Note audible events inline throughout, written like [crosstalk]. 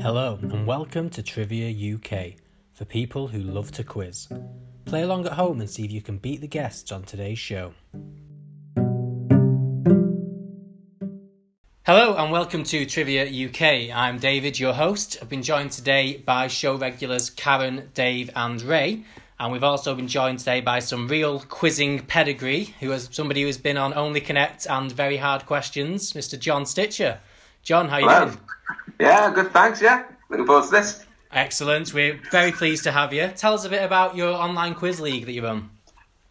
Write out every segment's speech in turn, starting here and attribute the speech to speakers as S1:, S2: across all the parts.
S1: Hello, and welcome to Trivia UK for people who love to quiz. Play along at home and see if you can beat the guests on today's show. Hello, and welcome to Trivia UK. I'm David, your host. I've been joined today by show regulars Karen, Dave, and Ray. And we've also been joined today by some real quizzing pedigree, who is somebody who's been on Only Connect and Very Hard Questions, Mr. John Stitcher. John, how you
S2: Hello.
S1: doing?
S2: Yeah, good. Thanks. Yeah, looking forward to this.
S1: Excellent. We're very pleased to have you. Tell us a bit about your online quiz league that you run.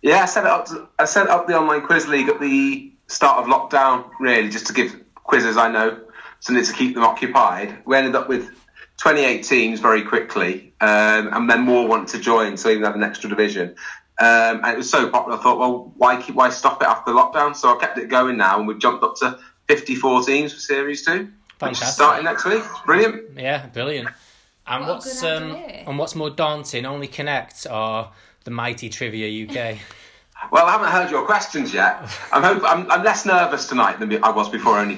S2: Yeah, I set it up. To, I set up the online quiz league at the start of lockdown, really, just to give quizzes I know something to keep them occupied. We ended up with 28 teams very quickly, um, and then more wanted to join, so we even have an extra division. Um, and it was so popular, I thought, well, why keep, why stop it after lockdown? So I kept it going now, and we've jumped up to 54 teams for Series Two, which
S1: Fantastic.
S2: is starting next week. It's brilliant.
S1: Yeah, brilliant. And
S3: What a
S1: what's
S3: good
S1: um,
S3: idea.
S1: and what's more daunting, Only Connect or the mighty Trivia UK?
S2: Well, I haven't heard your questions yet. I'm, hope, I'm, I'm less nervous tonight than I was before Only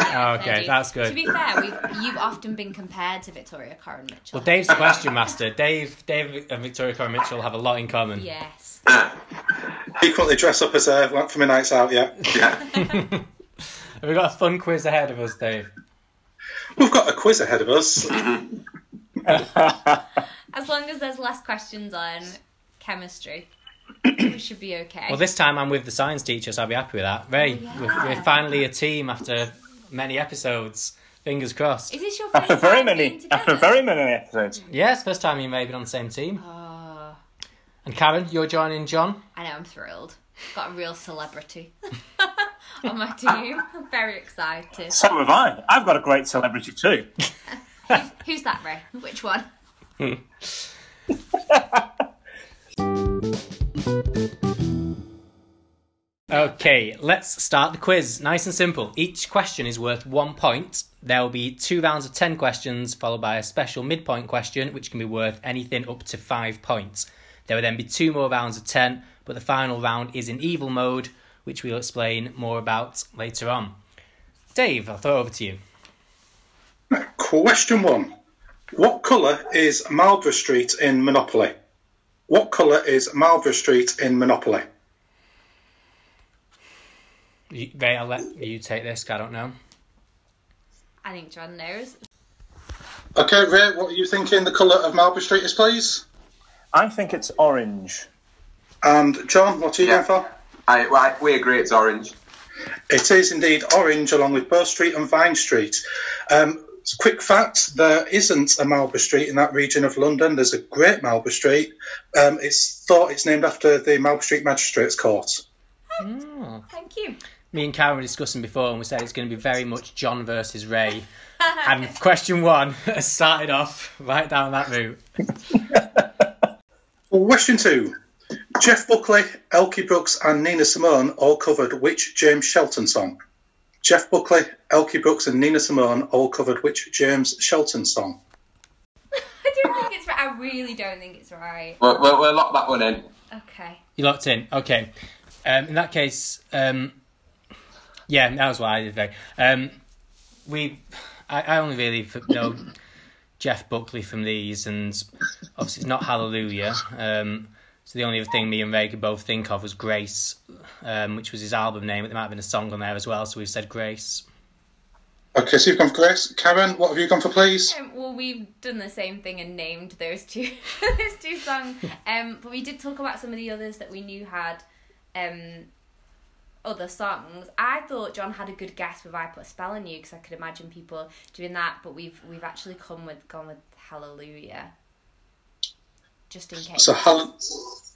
S1: [laughs] Oh,
S3: Fair
S1: okay,
S3: dues.
S1: that's
S3: To
S1: good.
S3: be fair, we've, you've often been compared to Victoria Corin Mitchell.
S1: Well, Dave's the question master. Dave, Dave, and Victoria Corin Mitchell have a lot in common.
S3: yes.
S4: He currently dress up as a uh, for my nights out. Yeah,
S2: yeah.
S1: Have we got a fun quiz ahead of us, Dave?
S4: we've got a quiz ahead of us.
S3: As long as there's less questions on chemistry, we should be okay.
S1: Well, this time I'm with the science teacher, so I'll be happy with that. Ray,
S3: Oh, yeah.
S1: we're, we're finally a team after many episodes. Fingers crossed.
S3: Is this your
S5: After
S3: first
S5: [laughs] very
S3: time being
S5: many,
S3: together?
S5: after very many episodes.
S1: Yes, first time you may have been on the same team.
S3: Oh,
S1: And Karen, you're joining John.
S3: I know, I'm thrilled. Got a real celebrity [laughs] on my team. I'm very excited.
S5: So have I. I've got a great celebrity too.
S3: Who's that, Ray? Which one?
S1: Okay, let's start the quiz. Nice and simple. Each question is worth one point. There will be two rounds of 10 questions, followed by a special midpoint question, which can be worth anything up to five points. There will then be two more rounds of 10, but the final round is in evil mode, which we'll explain more about later on. Dave, I'll throw it over to you.
S4: Question one: What colour is Marlborough Street in Monopoly? What colour is Marlborough Street in Monopoly?
S1: You- Ray, I'll let you take this, 'cause I don't know.
S3: I think John knows.
S4: Okay, Ray, what are you thinking the colour of Marlborough Street is, please?
S5: I think it's orange.
S4: And John, what are you
S2: Yeah.
S4: going for?
S2: I, well, I- we agree it's orange.
S4: It is indeed orange, along with Bow Street and Vine Street. Um, quick fact: there isn't a Marlborough Street in that region of London. There's a Great Marlborough Street. Um, it's thought it's named after the Marlborough Street Magistrates Court.
S3: Thank you.
S1: me and Karen were discussing before, and we said it's going to be very much John versus Ray. and question one [laughs] has started off right down that route.
S4: Question two. Jeff Buckley, Elkie Brooks, and Nina Simone all covered which James Shelton song? Jeff Buckley, Elkie Brooks, and Nina Simone all covered which James Shelton song?
S3: I don't think it's right. I really don't think it's right.
S2: We'll, we'll, we'll lock that one in.
S3: Okay.
S1: You locked in. Okay. Um, in that case, um, yeah, that was what I did. Ray. Um, we, I, I only really f- know Jeff Buckley from these, and obviously it's not Hallelujah. Um, so the only other thing me and Ray could both think of was Grace, um, which was his album name, but there might have been a song on there as well. So we've said Grace.
S4: Okay, so you've gone for Grace. Karen, what have you gone for, please?
S3: Um, well, we've done the same thing and named those two [laughs] those two songs. Um, but we did talk about some of the others that we knew had um, other songs. I thought John had a good guess with "I Put a Spell on You" because I could imagine people doing that. But we've we've actually come with gone with "Hallelujah," just in case.
S4: So Hall-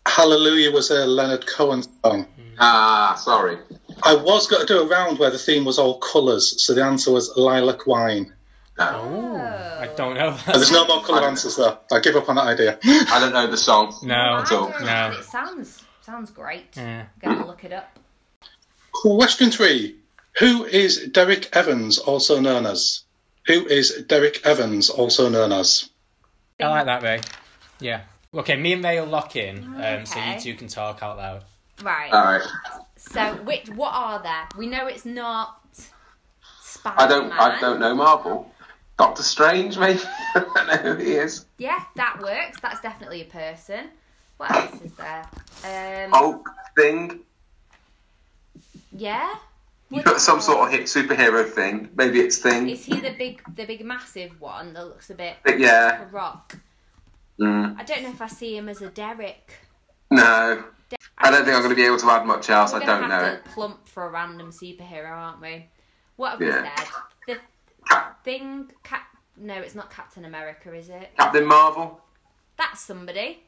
S4: Hallelujah was a Leonard Cohen song.
S2: Ah, sorry.
S4: I was going to do a round where the theme was all colours, so the answer was lilac wine.
S1: Oh, I don't know.
S4: And there's no more colour answers though. I give up on that [laughs] idea.
S2: I don't know the song.
S1: [laughs] No.
S3: I
S2: all.
S3: don't
S1: No.
S3: know, It sounds sounds great.
S1: Yeah.
S3: Gonna look it up.
S4: Question three. Who is Derek Evans, also known as? Who is Derek Evans, also known as?
S1: I like that, Ray. Yeah. Okay, me and Ray will lock in, um, so you
S3: Okay.
S1: two can talk out loud.
S3: Right.
S2: All right.
S3: So, which what are there? We know it's not Spider-Man.
S2: I don't. I don't know Marvel. Doctor Strange, maybe? [laughs] I don't know who he is.
S3: Yeah, that works. That's definitely a person. What else is there? Um,
S2: Hulk thing.
S3: yeah.
S2: You put some sort of hit superhero thing. Maybe it's thing.
S3: Is he the big, the big massive one that looks a bit
S2: But yeah,
S3: like a rock?
S2: mm,
S3: I don't know if I see him as a Derek.
S2: no. I don't think I'm going to be able to add much else.
S3: We're
S2: I
S3: gonna
S2: don't
S3: have
S2: know
S3: to
S2: it.
S3: plump for a random superhero, aren't we? What have we
S2: Yeah.
S3: said? The
S2: Cap-
S3: thing, Cap. No, it's not Captain America, is it?
S2: Captain Marvel.
S3: That's somebody.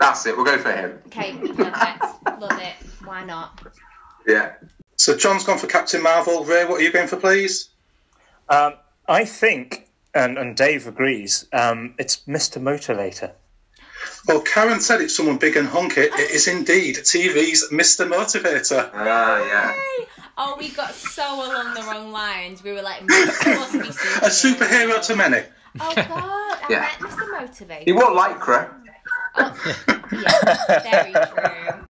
S2: That's it. We'll go for him.
S3: Okay, perfect. Love it. Why not?
S2: Yeah.
S4: So John's gone for Captain Marvel. Ray, what are you going for, please?
S5: Um, I think, and, and Dave agrees, um, it's Mr. Motivator.
S4: Well, Karen said it's someone big and hunky. It is indeed TV's Mr. Motivator.
S2: Ah, yeah.
S3: Yay! Oh, we got so along the wrong lines. We were like, "Must- must be
S4: A superhero to many.
S3: Oh God, I
S2: Yeah.
S3: met Mr. Motivate.
S2: He wore lycra.
S3: yeah, very true.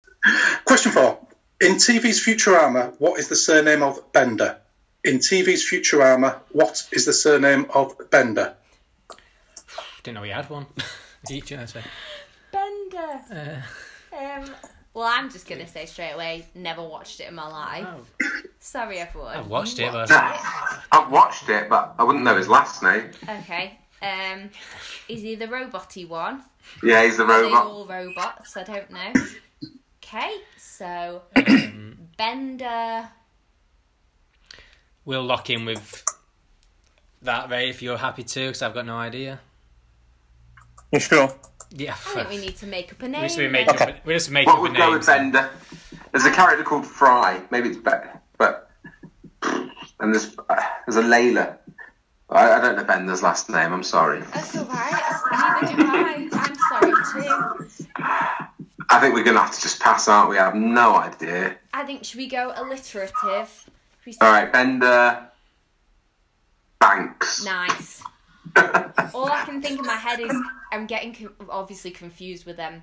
S4: Question four. In TV's Futurama, what is the surname of Bender? In TV's Futurama, what is the surname of Bender?
S1: Didn't know he had one. [laughs] Deep, you know, so-
S3: Bender. Um, well, I'm just gonna say straight away, never watched it in my life.
S1: Oh.
S3: Sorry, everyone.
S1: I watched it, but
S2: Nah, I've watched it, but I wouldn't know his last name.
S3: Okay. Um, is he the roboty one?
S2: Yeah, he's the
S3: Are they
S2: robot.
S3: all robots? I don't know. Okay, so Bender.
S1: we'll lock in with that, Ray, if you're happy to, because I've got no idea.
S5: You sure?
S1: Yeah.
S3: I think we need to make up a
S1: [laughs]
S3: name.
S1: We just we make
S5: Okay.
S1: up. We just make
S2: What
S1: up a
S2: would
S1: name.
S2: go with Bender? There's a character called Fry. Maybe it's Bet, but and there's there's a Layla. I, I don't know Bender's last name. I'm sorry.
S3: That's alright. Neither do I. I'm sorry too.
S2: I think we're gonna have to just pass, aren't we? I have no idea.
S3: I think should we go alliterative? Should we say
S2: All right, Bender. Banks.
S3: Nice. All I can think in my head is I'm getting con- obviously confused with um,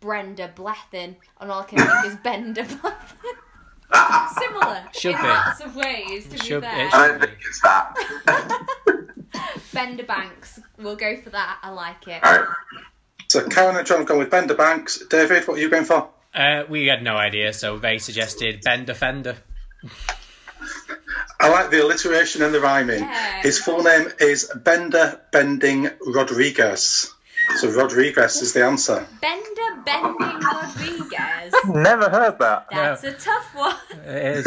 S3: Brenda Blethyn, and all I can think is Bender Blethyn. Similar
S1: Should
S3: in
S1: be.
S3: lots of ways. To
S1: Should
S3: be
S1: be.
S3: fair,
S2: I don't think it's that. [laughs]
S3: Bender Banks. We'll go for that. I like it.
S2: All right.
S4: So Karen and John have gone with Bender Banks. David, what are you going for?
S1: Uh, we had no idea, so Ray suggested Ben Defender.
S4: I like the alliteration and the rhyming.
S3: Yeah.
S4: His full name is Bender Bending Rodriguez. So Rodriguez is the answer.
S3: Bender Bending
S1: [laughs]
S3: Rodriguez.
S5: Never heard that.
S3: That's a tough one.
S1: It is.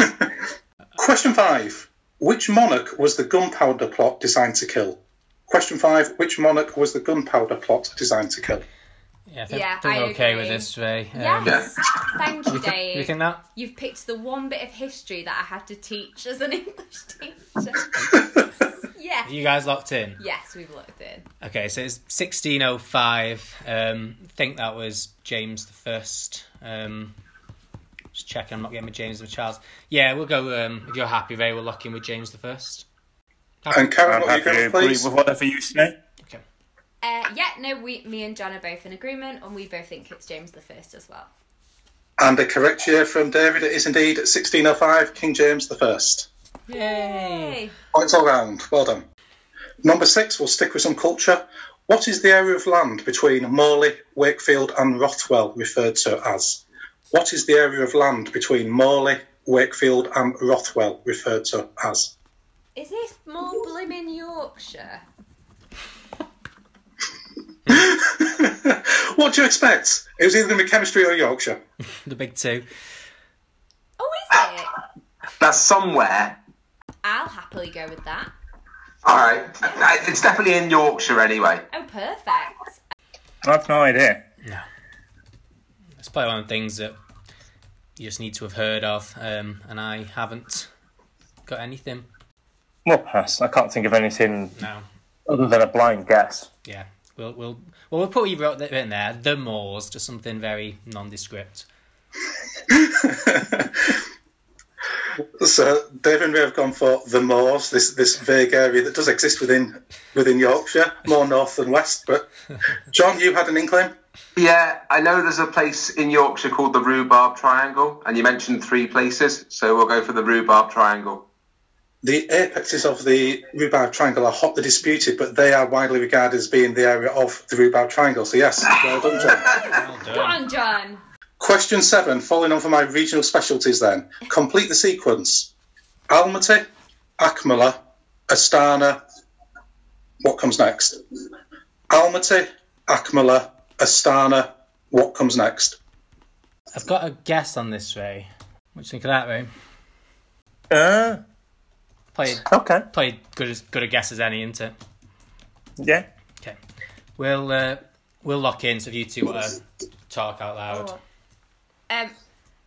S4: Question five. Which monarch was the gunpowder plot designed to kill? Question five. Which monarch was the gunpowder plot designed to kill?
S1: [laughs]
S4: [laughs]
S1: Yeah, I think,
S3: Yeah,
S1: think
S3: I
S1: we're okay with
S3: agree.
S1: this, Ray. Um,
S3: Yes. Thank you, Dave.
S1: You think that?
S3: You've picked the one bit of history that I had to teach as an [laughs] English teacher. yeah.
S1: You guys locked in.
S3: Yes, we've looked in.
S1: Okay, so it's 1605. Um, I think that was James the First. Um, just checking, I'm not getting with James or Charles. Yeah, we'll go. Um, if you're happy, Ray, we'll lock in with James the First.
S4: And Karen,
S5: I'm
S4: what are you
S5: happy to
S4: going for,
S5: agree
S4: please?
S5: with whatever you say.
S1: Okay.
S3: Uh, yeah, no, we, me and John are both in agreement, and we both think it's James the First as well.
S4: And a correct year from David. It is indeed 1605, King James the First.
S3: Yay!
S4: Points all round. Well done. Number six, we'll stick with some culture. What is the area of land between Morley, Wakefield, and Rothwell referred to as? What is the area of land between Morley, Wakefield, and Rothwell referred to as?
S3: Is this more blooming Yorkshire?
S4: What do you expect? It was either going to be chemistry or Yorkshire.
S1: The big two.
S3: Oh, is it?
S2: That's somewhere.
S3: I'll happily go with that.
S2: All right. I- It's definitely in Yorkshire anyway.
S3: Oh, perfect.
S5: I've no idea.
S1: It's probably one of the things that you just need to have heard of, um, and I haven't got anything.
S5: We'll pass. I can't think of anything
S1: No.
S5: other than a blind guess.
S1: Yeah. We'll we'll well we'll put you wrote that in there. The Moors, just something very nondescript.
S4: So David and Ray have gone for the moors, this this vague area that does exist within within Yorkshire, more north than west. But John, you had an inkling.
S2: Yeah, I know there's a place in Yorkshire called the Rhubarb Triangle, and you mentioned three places, so we'll go for the Rhubarb Triangle.
S4: The apexes of the rhubarb triangle are hotly disputed, but they are widely regarded as being the area of the rhubarb triangle. So yes, well done, John.
S1: Well
S3: Go
S1: done.
S3: on, John.
S4: Question seven, following on from my regional specialties then. Complete the sequence. Almaty, Akmala, Astana. What comes next? Almaty, Akmala, Astana. What comes next?
S1: I've got a guess on this, Ray. What do you think of that, Ray?
S5: Uh,
S1: Played
S5: okay.
S1: played good as good a guess as any, isn't it?
S5: Yeah.
S1: Okay. We'll uh, we'll lock in so if you two want to talk out loud.
S3: Oh. Um,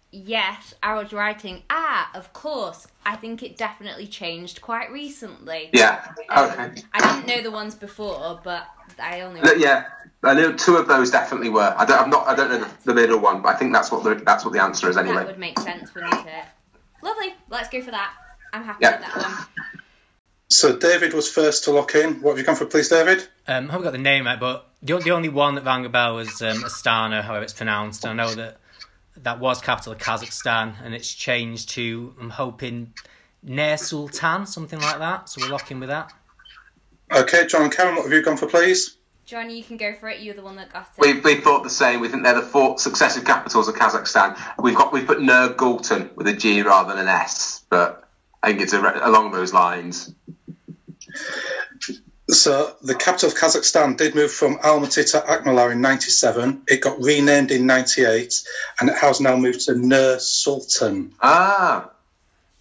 S3: yes, I was writing. Ah, of course. I think it definitely changed quite recently.
S2: Yeah.
S3: Um,
S2: Okay.
S3: I didn't know the ones before, but I only.
S2: No, Yeah. I know two of those definitely were. I don't. I'm not. I don't know the, the middle one, but I think that's what the that's what the answer is
S3: That
S2: anyway.
S3: would make sense, wouldn't it? Lovely. Let's go for that. I'm happy
S2: Yeah.
S3: with that one.
S4: So David was first to lock in. What have you gone for, please, David?
S1: Um, I haven't got the name right, but the, the only one that rang a bell was um, Astana, however it's pronounced. And I know that that was capital of Kazakhstan, and it's changed to, I'm hoping, Nair Sultan, something like that. So we'll lock in with that.
S4: Okay, John and Karen, what have you gone for, please?
S3: John, you can go for it. You're the one that got it. [laughs]
S2: We, we thought the same. We think they're the four successive capitals of Kazakhstan. We've got we've put Nergultan with a G rather than an S, but I think it's a, re- along those lines.
S4: So the capital of Kazakhstan did move from Almaty to Akmala in 97. It got renamed in 98 and it has now moved to Nur Sultan.
S2: Ah,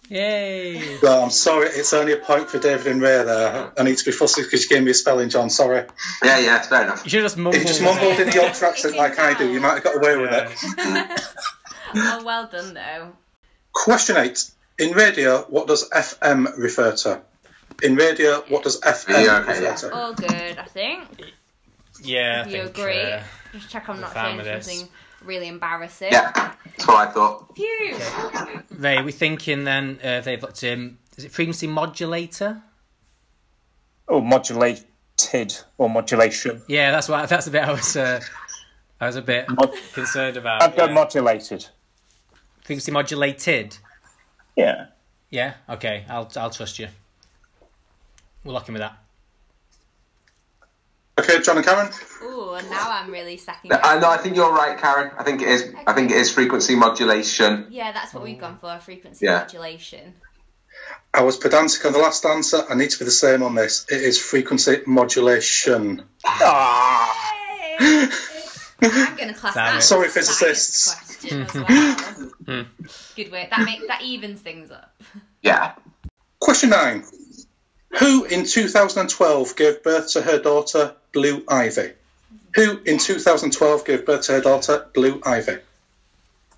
S1: Yay!
S4: Well, I'm sorry, it's only a point for David and Ray there. I need to be fussy because you gave me a spelling, John. Sorry.
S2: yeah, yeah, fair enough.
S1: You should have just
S4: If
S1: mumbled.
S4: you just mumbled in the
S2: [laughs]
S4: Yorkshire accent like I do, you might have got away with
S1: Yeah.
S4: it.
S3: oh, well done, though.
S4: Question eight. In radio, what does FM refer to? In radio, what does FM
S2: Yeah, okay,
S4: refer
S2: yeah.
S4: to?
S3: All good, I think.
S1: Yeah, I
S3: you
S1: think,
S3: agree.
S1: uh,
S3: Just check I'm not
S1: fan
S3: saying
S1: with this.
S3: something really embarrassing.
S2: Yeah, that's what I thought.
S3: Phew.
S1: Ray, are we thinking then uh, if they've looked in, is it frequency modulator?
S5: Or modulated or modulation.
S1: Yeah, that's what. That's a bit I was. Uh, I was a bit
S5: Mod-
S1: concerned about.
S5: I've got
S1: yeah.
S5: modulated.
S1: frequency modulated.
S5: Yeah.
S1: Yeah. Okay. I'll I'll trust you. We'll lock in with that.
S4: Okay, John and Karen.
S3: Ooh, and now I'm really second.
S2: I know. Uh, I think you're right, Karen. I think it is. I think it is frequency modulation.
S3: Yeah, that's what we've gone for frequency
S2: Yeah.
S3: modulation.
S2: [laughs]
S4: I was pedantic on the last answer. I need to be the same on this. It is frequency modulation.
S5: Ah,
S3: Hey! I'm going to
S1: Damn
S3: class that.
S1: it. Hmm.
S3: as
S4: Sorry,
S3: a science
S4: physicists.
S3: question
S1: [laughs]
S3: as well. Good work. That make, that evens things up.
S2: Yeah.
S4: Question nine. Who in 2012 gave birth to her daughter, Blue Ivy? Who in 2012 gave birth to her daughter, Blue Ivy?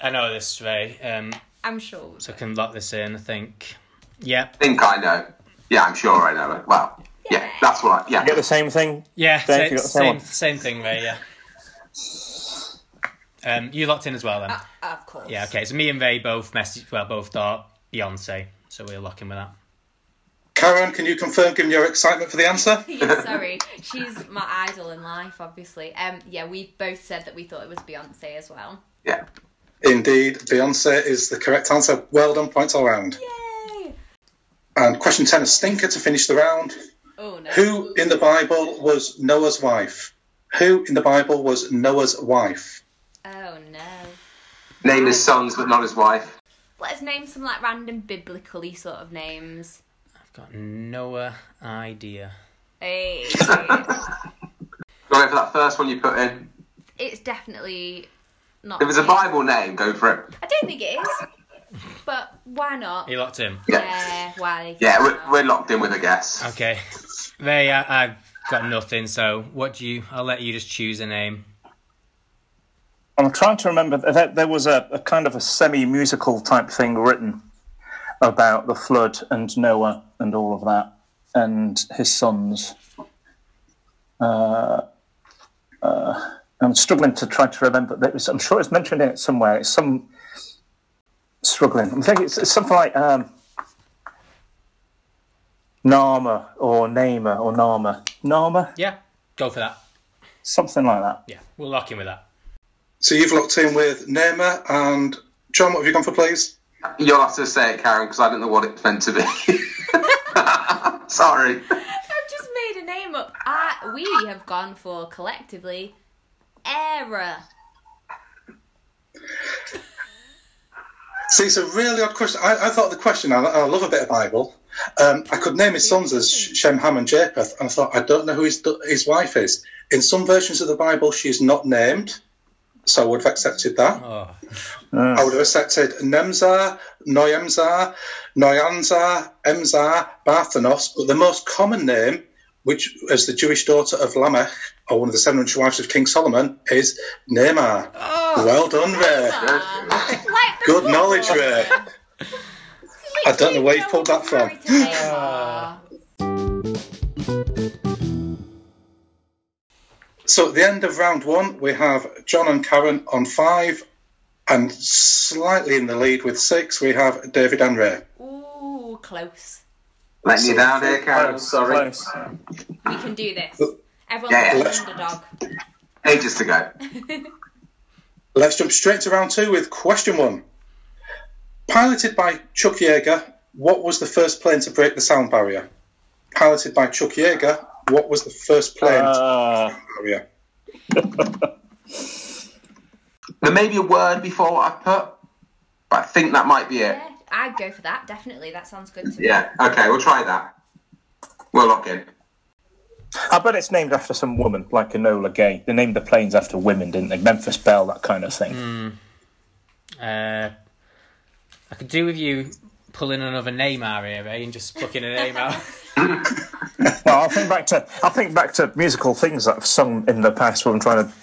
S1: I know this, Ray. Um,
S3: I'm sure.
S1: so I can lock this in. I think. Yep.
S2: I think I know. Yeah, I'm sure I know it. Well, yeah, that's what. I, yeah.
S5: get the same thing.
S1: Yeah.
S5: Dave,
S1: sa-
S5: you got the same
S1: same
S5: one.
S1: same thing, Ray. Yeah. Um, you locked in as well then.
S3: Uh, of course.
S1: yeah. Okay. So me and Ray both message. Well, both thought Beyonce. So we're locking with that.
S4: Karen, can you confirm, given your excitement for the answer?
S3: [laughs] Yeah, sorry. She's my idol in life, obviously. Um, yeah, we both said that we thought it was Beyonce as well.
S2: Yeah.
S4: Indeed, Beyonce is the correct answer. Well done, points all round.
S3: Yay!
S4: And question 10, a stinker to finish the round.
S3: Oh no.
S4: Who in the Bible was Noah's wife? Who in the Bible was Noah's wife?
S3: Oh no.
S2: Name his sons, but not his wife.
S3: Let's name some like random biblically sort of names.
S1: I've got no uh, idea.
S2: [laughs]
S3: Hey.
S2: Go for that first one you put in.
S3: it's definitely not.
S2: If it's a Bible name, go for it.
S3: I don't think it is. But why not?
S1: He locked in.
S3: Yeah, why?
S2: Yeah, we're, we're locked in with a guess.
S1: Okay. Ray, I, I've got nothing. So what do you? I'll let you just choose a name.
S5: I'm trying to remember. th- There, there was a, a kind of a semi-musical type thing written about the flood and Noah and all of that and his sons. Uh, uh, I'm struggling to try to remember. That was, I'm sure it's mentioned in it somewhere. It's some struggling. I'm thinking it's, it's something like um, Nama or Nama or Nama Nama,
S1: Yeah. Go for that.
S5: something like that.
S1: Yeah. We'll lock in with that.
S4: So you've locked in with Nema and John, what have you gone for, please?
S2: You'll have to say it, Karen, because I don't know what it's meant to be. [laughs] Sorry.
S3: I've just made a name up. I, we have gone for collectively error.
S4: See, it's a really odd question. I, I thought the question, I, I love a bit of Bible. Um, I could name his sons as Shem, Ham, and Japheth, and I thought, I don't know who his, his wife is. In some versions of the Bible, she is not named, so I would have accepted that.
S1: Oh,
S4: I would have accepted Nemzar, Noemzar, Noyanzar, Emzar, Barthanos, but the most common name, which is the Jewish daughter of Lamech, or one of the 700 wives of King Solomon, is Neymar. Well done, Ray.
S3: Ah, like the
S4: Good knowledge,
S3: football.
S4: Ray. I don't know where you pulled that from.
S3: Harry to Neymar.
S4: So at the end of round one, we have John and Karen on five, and slightly in the lead with six, we have David and Ray.
S3: Ooh, close.
S2: Letting you down here, Karen.
S5: Close,
S2: Sorry.
S5: close.
S3: We can do this. Everyone's
S2: Yeah,
S3: an
S2: let's-
S3: underdog.
S2: Ages to go.
S4: Let's jump straight to round two with question one. Piloted by Chuck Yeager, what was the first plane to break the sound barrier? Piloted by Chuck Yeager, what was the first plane to break
S5: Uh,
S4: the barrier?
S2: There may be a word before what I've put, but I think that might be it.
S3: Yeah, I'd go for that. Definitely, that sounds good to me.
S2: Yeah. Okay, we'll try that. We'll lock in.
S5: I bet it's named after some woman, like Enola Gay. They named the planes after women, didn't they? Memphis Belle, that kind of thing.
S1: uh, I could do with you pulling another name out here, eh? And just plucking a name
S3: [laughs]
S1: out.
S5: Well, I'll think back to I'll think back to musical things that I've sung in the past when I'm trying to.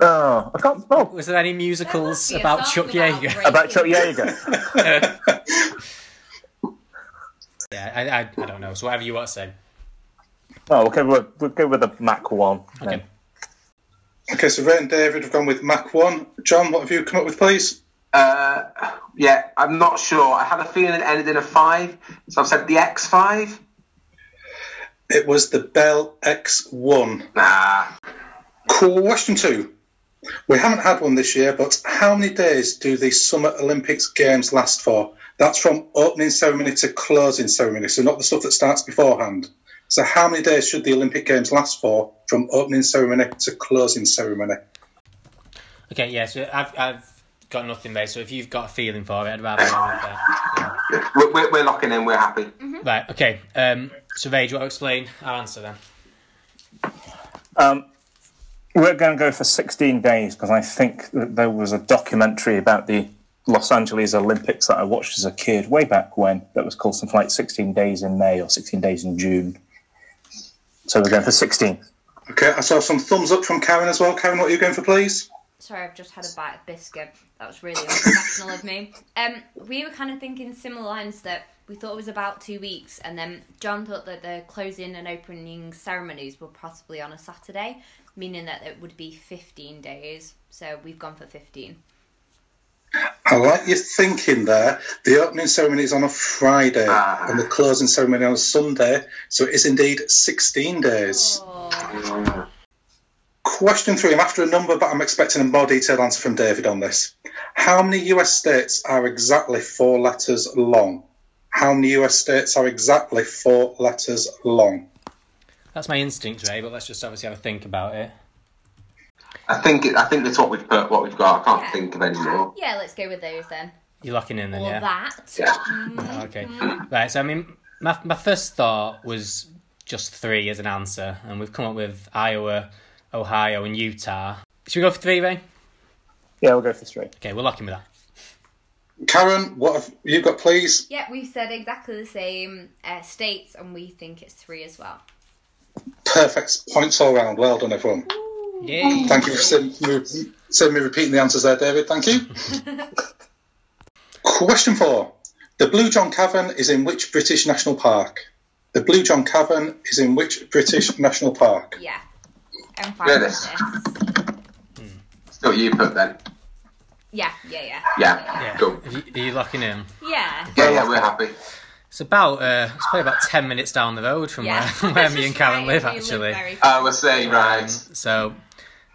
S5: Oh, I can't. Oh,
S1: Was there any
S3: There
S1: musicals
S3: must be a
S1: about
S3: song
S1: Chuck
S3: about
S1: Yeager?
S3: breaking-
S5: about Chuck Yeager.
S1: Yeah, I, I, I don't know. So whatever you want to say.
S5: Oh, okay. We'll, we'll go with the Mac one. then.
S1: Okay.
S4: Okay, so Ray and David have gone with Mach 1. John, what have you come up with, please?
S2: Uh, yeah, I'm not sure. I had a feeling it ended in a five, so I've said the X5.
S4: It was the Bell X1.
S2: Nah.
S4: Question two. We haven't had one this year, but how many days do the Summer Olympics Games last for? That's from opening ceremony to closing ceremony, so not the stuff that starts beforehand. So, how many days should the Olympic Games last for from opening ceremony to closing ceremony?
S1: Okay, yeah. So I've I've got nothing there. So if you've got a feeling for it, I'd rather go with that.
S2: We're, we're, we're locking in, we're happy.
S1: Right. Okay. Um. So Ray, do you want to explain our answer then?
S5: Um, we're going to go for 16 days because I think that there was a documentary about the Los Angeles Olympics that I watched as a kid way back when that was called something like 16 Days in May or 16 Days in June. So we're going for 16.
S4: Okay, I saw some thumbs up from Karen as well. Karen, what are you going for, please?
S3: Sorry, I've just had a bite of biscuit. That was really unprofessional of me. Um, we were kind of thinking similar lines that we thought it was about two weeks, and then John thought that the closing and opening ceremonies were possibly on a Saturday, meaning that it would be 15 days. So we've gone for 15.
S4: I like your thinking there. The opening ceremony is on a Friday and the closing ceremony on a Sunday, so it is indeed 16 days.
S3: Oh,
S4: Question three. I'm after a number, but I'm expecting a more detailed answer from David on this. How many US states are exactly four letters long? How many US states are exactly four letters long?
S1: That's my instinct, Ray. But let's just obviously have a think about it.
S2: I think it, I think that's what we've put, what we've got. I can't
S3: Yeah.
S2: think of any more.
S3: yeah, let's go with those then.
S1: You're locking in then,
S3: Or
S1: yeah.
S3: that.
S2: Yeah.
S1: Oh, okay. Right. So I mean, my my first thought was just three as an answer, and we've come up with Iowa, Ohio, and Utah. Should we go for three, Ray?
S5: Yeah, we'll go for three.
S1: Okay, we're locking with that.
S4: Karen, what have you got, please?
S3: Yeah, we've said exactly the same uh, states, and we think it's three as well.
S4: Perfect points all round. Well done, everyone.
S1: Yay.
S4: Thank you for sending me, sending me repeating the answers there, David. Thank you. Question four. The Blue John Cavern is in which British national park? The Blue John Cavern is in which British national park?
S3: Yeah. I'm fine
S2: Yeah,
S3: with
S2: this-
S3: this.
S2: It's what you put then.
S3: Yeah, yeah, yeah.
S2: Yeah.
S1: Yeah.
S2: Cool.
S1: Are you, are you locking in?
S3: Yeah.
S2: Yeah, yeah, we're happy.
S1: It's about uh, it's probably about ten minutes down the road from
S3: Yeah.
S1: where, [laughs] where me and Karen
S3: Right,
S1: live
S3: we
S1: actually.
S3: very close.
S2: Oh, I will say, right.
S1: So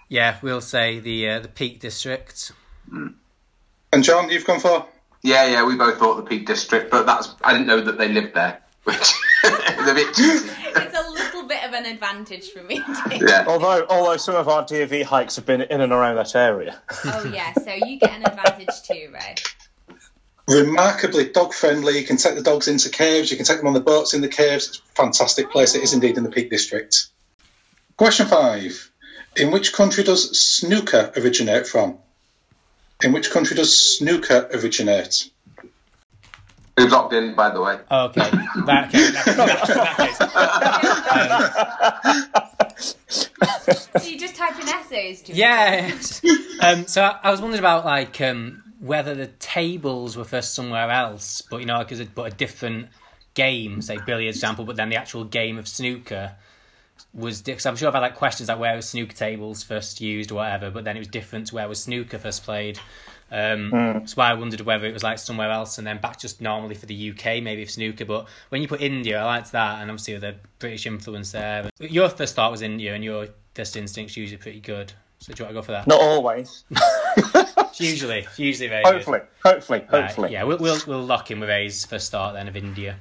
S1: yeah, we'll say the uh, the Peak District.
S4: And John, you've gone for?
S2: Yeah, yeah, we both thought the Peak District, but that's I didn't know that they lived there. Which [laughs] it's a bit cheesy.
S3: it's a little bit of an advantage for me.
S2: [laughs]
S3: Dave.
S2: Yeah.
S5: Although, although some of our DV hikes have been in and around that area. [laughs]
S3: Oh yeah, so you get an advantage too, Ray.
S4: Remarkably dog friendly. You can take the dogs into caves. You can take them on the boats in the caves. It's a fantastic place. It is indeed in the Peak District. Question five: In which country does snooker originate from? In which country does snooker originate?
S2: We've locked in, by the way.
S1: Okay, that, okay, that, that, that case.
S3: So you just type in essays, do you?
S1: Yes. um, so I, I was wondering about like um, whether the tables were first somewhere else, but you know, because but a different game, say billiards, example, but then the actual game of snooker was. Because I'm sure I've had like questions like where was snooker tables first used or whatever, but then it was different to where was snooker first played. Um, So I wondered whether it was like somewhere else and then back just normally for the UK, maybe for snooker. But when you put India, I liked that, and obviously the British influence there. Your first thought was India, and your first instinct's usually pretty good. So do you want to go for that?
S5: Not always.
S1: Usually, usually very good.
S5: Hopefully, hopefully,
S1: Right,
S5: hopefully.
S1: Uh, yeah, we'll, we'll we'll lock in with A's first start then of India.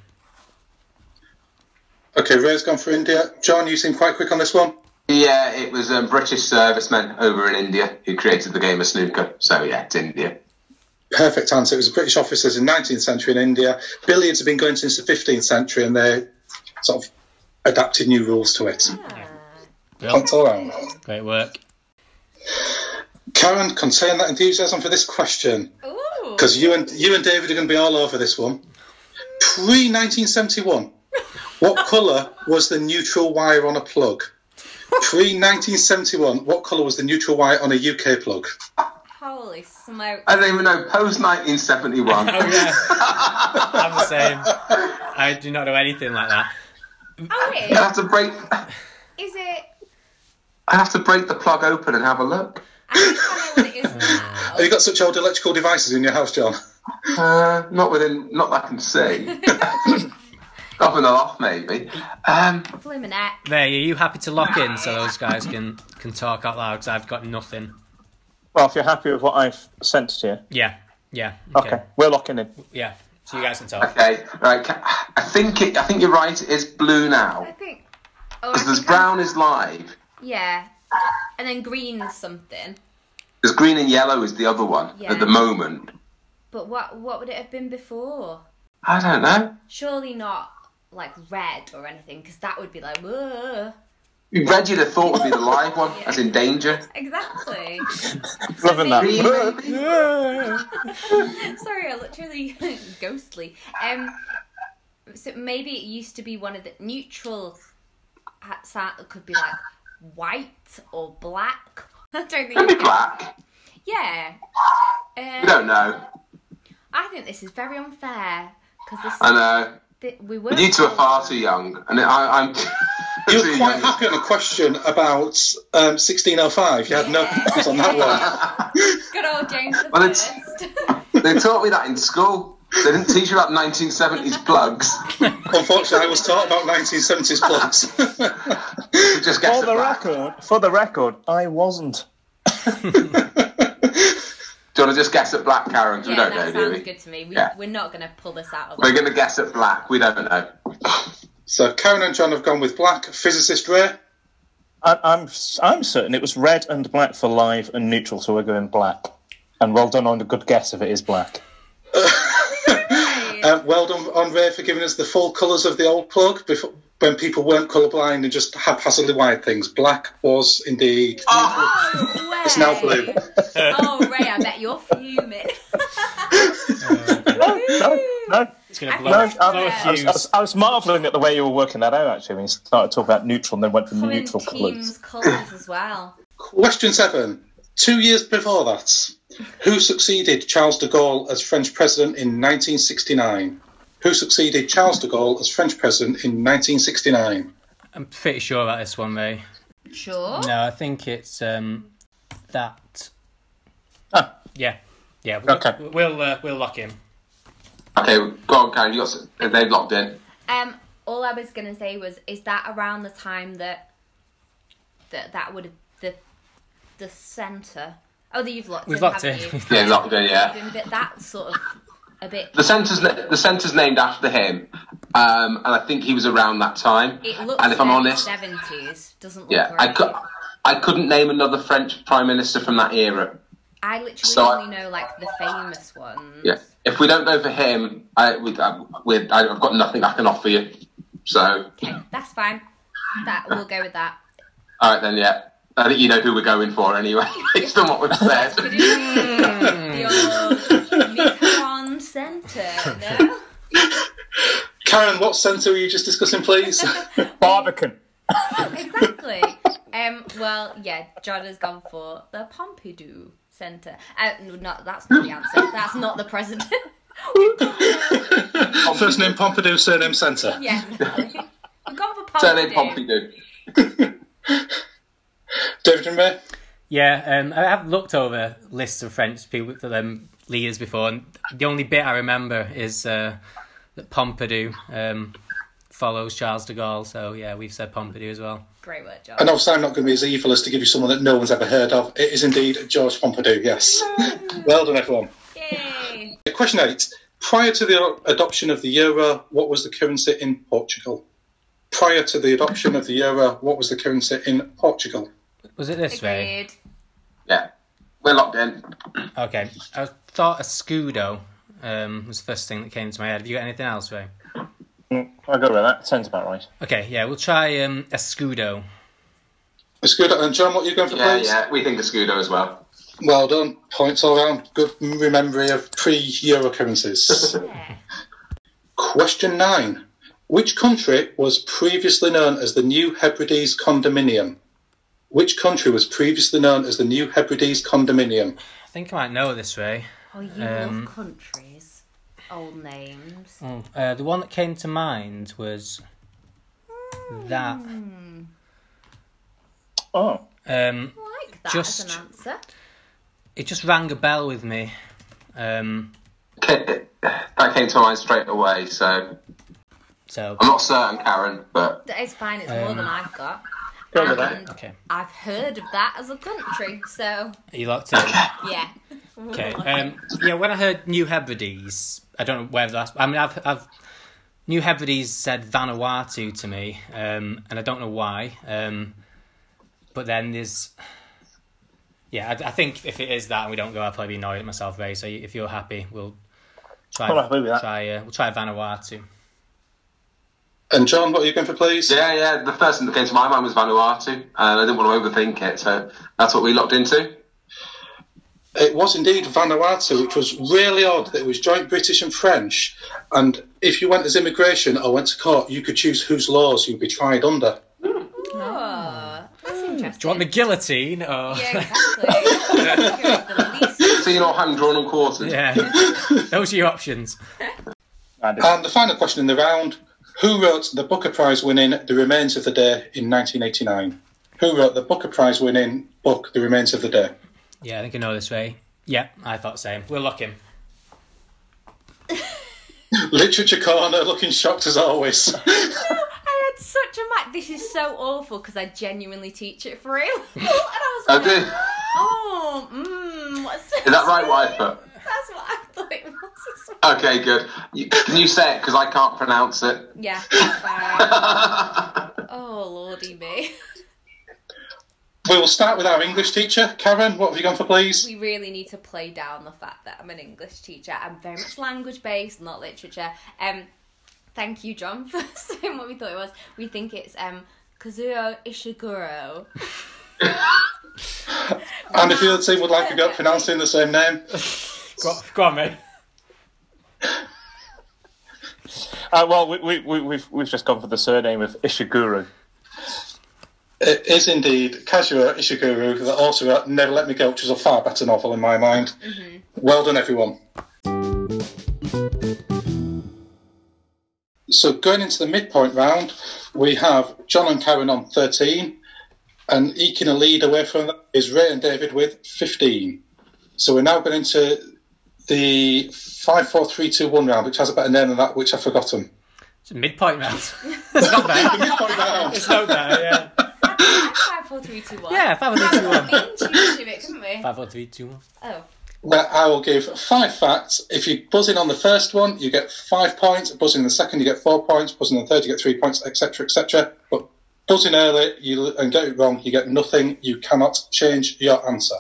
S4: Okay, Ray's gone for India. John, you seem quite quick on this one.
S2: Yeah, it was um, British servicemen over in India who created the game of snooker. So yeah, it's India.
S4: Perfect answer. It was British officers in 19th century in India. Billiards have been going since the 15th century, and they sort of adapted new rules to it.
S1: Bill,
S4: That's all around.
S1: great work.
S4: Karen, contain that enthusiasm for this question
S3: Ooh.
S4: because you and you and David are going to be all over this one. Pre 1971, what colour was the neutral wire on a plug? Pre 1971, what colour was the neutral wire on a UK plug?
S3: Holy smoke.
S2: I don't even know. Post 1971.
S1: Oh yeah, I'm the
S5: [laughs]
S1: same. I do not know anything like that.
S3: Oh
S2: [laughs] I
S3: wait,
S2: have to break.
S3: is it?
S2: I have to break the plug open and have a look.
S3: I think I know what it is now.
S1: [laughs]
S4: Have you got such old electrical devices in your house, John?
S2: Uh, not within. Not that I
S1: [laughs]
S2: can see. Up and off, maybe. Um,
S3: Blimmin' heck.
S1: There, are you happy to lock in so those guys can can talk out loud? Because I've got nothing.
S5: Well, if you're happy with what I've sent to you,
S1: Yeah, yeah,
S5: okay, we're locking in.
S1: yeah. So you guys can talk.
S2: okay. Right. ca- I think. It, I think you're right. It is blue
S3: I
S2: now.
S3: think. Oh, I
S2: Because there's
S3: think I'm-
S2: brown is live.
S3: Yeah. And then green's something.
S2: There's green and yellow is the other one
S3: Yeah.
S2: at the moment.
S3: But what what would it have been before?
S2: I don't know.
S3: Surely not like red or anything, because that would be like whoa.
S2: Red you'd have thought would be the
S1: [laughs]
S2: live one, as in danger. [laughs]
S3: Exactly.
S5: Loving
S2: Green,
S5: that.
S2: maybe?
S3: Sorry, I looked really [laughs] ghostly. Um, so maybe it used to be one of the neutral. ha- sa- It could be like white or black. [laughs] I don't think.
S2: Could be black.
S3: Yeah.
S2: We
S3: Um,
S2: don't know.
S3: I think this is very unfair because this
S2: I know.
S3: th- we were.
S2: You two are far too young, and I, I'm
S4: You're
S2: too
S4: quite
S2: young.
S4: happy on a question about um, 1605. You had no problems on that one.
S3: Good old James the
S2: Well, it's-
S3: First. [laughs]
S2: They taught me that in school. They didn't teach you about 1970s plugs.
S4: Unfortunately, I was taught about 1970s plugs. [laughs]
S2: You just guess
S5: For
S2: at
S5: the
S2: that.
S5: record, for the record, I wasn't.
S2: Do you want to just guess at black, Karen? 'Cause
S3: yeah,
S2: we
S3: that
S2: don't know, do
S3: sounds
S2: we?
S3: good to me. We,
S2: Yeah.
S3: We're not going to pull this out of.
S2: We're going to guess at black. We don't know.
S4: so Karen and John have gone with black. Physicist Ray.
S5: I, I'm I'm certain it was red and black for live and neutral, so we're going black. And well done on a good guess if it is black.
S4: Um, well done on Ray for giving us the full colours of the old plug before, when people weren't colourblind and just haphazardly wired things. Black was indeed.
S2: [laughs]
S3: Oh, way. It's
S4: now blue.
S3: [laughs] oh, Ray, I bet
S1: [laughs]
S3: you're fuming.
S5: No, no, no.
S1: It's gonna
S3: I
S1: blow, blow a
S3: think that's
S5: I was, I,
S1: fuse.
S5: was, I was marveling at the way you were working that out actually when you started talking about neutral and then went for
S3: Come in
S5: neutral
S3: teams
S5: colours.
S3: colours as well.
S4: Question seven. Two years before that, who succeeded Charles de Gaulle as French president in 1969? Who succeeded Charles de Gaulle as French president in 1969?
S1: I'm pretty sure about this one, Ray.
S3: Sure.
S1: No, I think it's um that.
S5: Ah.
S1: Yeah, yeah. We'll,
S5: Okay.
S1: We'll uh, we'll lock in.
S2: Okay, go on, Karen. You got. s- They've locked in.
S3: Um, all I was gonna say was, is that around the time that that that would have the the centre? Oh, that you've locked
S1: We've
S3: in,
S1: locked
S3: haven't
S1: in.
S3: you?
S2: Yeah, locked in. Yeah.
S3: Been- But that sort of a bit.
S2: The centre's na- the centre's named after him, um, and I think he was around that time.
S3: It looks
S2: and if I'm honest,
S3: seventies. Doesn't look
S2: yeah,
S3: right.
S2: I could I couldn't name another French prime minister from that era.
S3: I literally
S2: so I-
S3: only know like the famous ones.
S2: Yeah, if we don't go for him, I, we, I, we, I've got nothing I can offer you. So,
S3: Okay, that's fine. That we'll go
S1: [laughs]
S3: with that.
S2: all right then, yeah. I think you know who we're going for anyway, [laughs] based on what we've said. [laughs]
S3: Could it be the old Mitterrand Centre? No.
S4: Karen, what centre were you just discussing, please?
S5: Barbican.
S3: [laughs] exactly. Um. Well, yeah. John has gone for the Pompidou Centre. Uh, no, not that's not the answer. That's not the president. [laughs]
S4: First name Pompidou, surname centre.
S3: yeah. no. We've gone for Pompidou.
S2: Surname Pompidou.
S4: David and Ray?
S1: Yeah, um, I have looked over lists of French people, um, leaders before, and the only bit I remember is uh, that Pompidou um, follows Charles de Gaulle. So yeah, we've said Pompidou as well.
S3: Great work, John.
S4: And obviously, I'm not going to be as evil as to give you someone that no one's ever heard of. It is indeed George Pompidou, yes. well done, everyone.
S3: Yay.
S4: Question eight. Prior to the adoption of the euro, what was the currency in Portugal? Prior to the adoption of the euro, what was the currency in Portugal?
S1: Was it this way?
S3: Agreed.
S2: Yeah, we're locked in.
S1: Okay, I thought a scudo um, was the first thing that came to my head. Have you got anything else, Ray?
S5: Mm, I got rid of that. Sounds about right.
S1: Okay, yeah, we'll try um, a scudo.
S4: It's good. And John, what are you going for,
S2: Yeah,
S4: please?
S2: yeah, we think of Scudo as well. [laughs]
S4: Well done. Points all round. Good memory of pre-euro currencies.
S3: Yeah.
S4: Question nine. Which country was previously known as the New Hebrides Condominium? Which country was previously known as the New Hebrides Condominium?
S1: I think I might know this, Ray.
S3: Oh, you
S1: Um,
S3: love countries. Old names.
S1: Oh, uh, the one that came to mind was that.
S5: Oh,
S1: Um,
S3: I like that as
S1: Just-
S3: an answer.
S1: it just rang a bell with me. Um,
S2: Ca- That came to mind straight away, so
S1: so
S2: I'm not certain, Karen, but
S3: It's fine. It's more than I've got.
S5: go with that.
S3: And
S1: okay,
S3: I've heard of that as a country, so
S1: Are you
S2: [coughs]
S1: locked in.
S3: yeah.
S1: Okay. Um, yeah, when I heard New Hebrides, I don't know where the last. I mean, I've, I've New Hebrides said Vanuatu to me, um, and I don't know why. Um, but then there's, yeah, I, I think if it is that and we don't go, I'll probably be annoyed at myself, Ray. So if you're happy, we'll try.
S5: I'm happy with that.
S1: Try. Uh, we'll try Vanuatu.
S4: And John, what are you going for, please?
S2: yeah, yeah, the first thing that came to my mind was Vanuatu, and I didn't want to overthink it, so that's what we locked into.
S4: It was indeed Vanuatu, which was really odd that it was joint British and French. And if you went as immigration or went to court, you could choose whose laws you'd be tried under.
S3: Oh, that's interesting.
S1: Do you want the guillotine? Or... [laughs]
S3: Yeah, exactly. You're the least-
S2: So you know, hand drawn and quartered.
S5: [laughs]
S1: Yeah. Those are your options.
S5: I did.
S4: And the final question in the round Who wrote the Booker Prize winning The Remains of the Day in 1989? Who wrote the Booker Prize winning book, The Remains of the Day?
S1: Yeah, I think I know this, Ray. Yeah, I thought same. We're looking.
S4: Literature Corner looking shocked as always. [laughs]
S3: Oh, I had such a mic. This is so awful because I genuinely teach it for real. [laughs] and I was
S2: I
S3: like,
S2: did.
S3: oh, mmm, what's
S2: Is that right, what I put?
S3: That's what I thought it was. as well.
S2: Okay, good. You, can you say it? Because I can't pronounce it. [laughs]
S3: Yeah, that's fine. oh, lordy me.
S4: we will start with our English teacher. Karen, what have you gone for, please?
S3: we really need to play down the fact that I'm an English teacher. I'm very much language based, not literature. Um, thank you, John, [laughs] for saying what we thought it was. We think it's um, Kazuo Ishiguro.
S4: And if the other team would like to go at pronouncing the same name,
S1: Go, go on, Ray.
S5: Uh, well, we, we, we, we've, we've just gone for the surname of Ishiguro.
S4: It is indeed Kazuo Ishiguro that also wrote Never Let Me Go, which is a far better novel in my mind. Well done, everyone. So going into the midpoint round, we have John and Karen on 13, and eking a lead away from that is Ray and David with 15. So we're now going into the 5 4 3 2 1 round, which has a better name than that, which I've forgotten.
S1: It's a midpoint round. it's not bad.
S4: Midpoint round.
S1: It's not bad, yeah.
S3: Five, four, three, two, one.
S1: Yeah, 5 4 3 2 1. [laughs]
S3: Been to it, couldn't we?
S1: 5 4 3 2 1.
S3: Oh,
S4: that I will give five facts. If you buzz in on the first one, you get five points. Buzz in the second, you get four points. Buzz in the third, you get three points, etc., etc. But buzz in early you, and get it wrong, you get nothing. You cannot change your answer.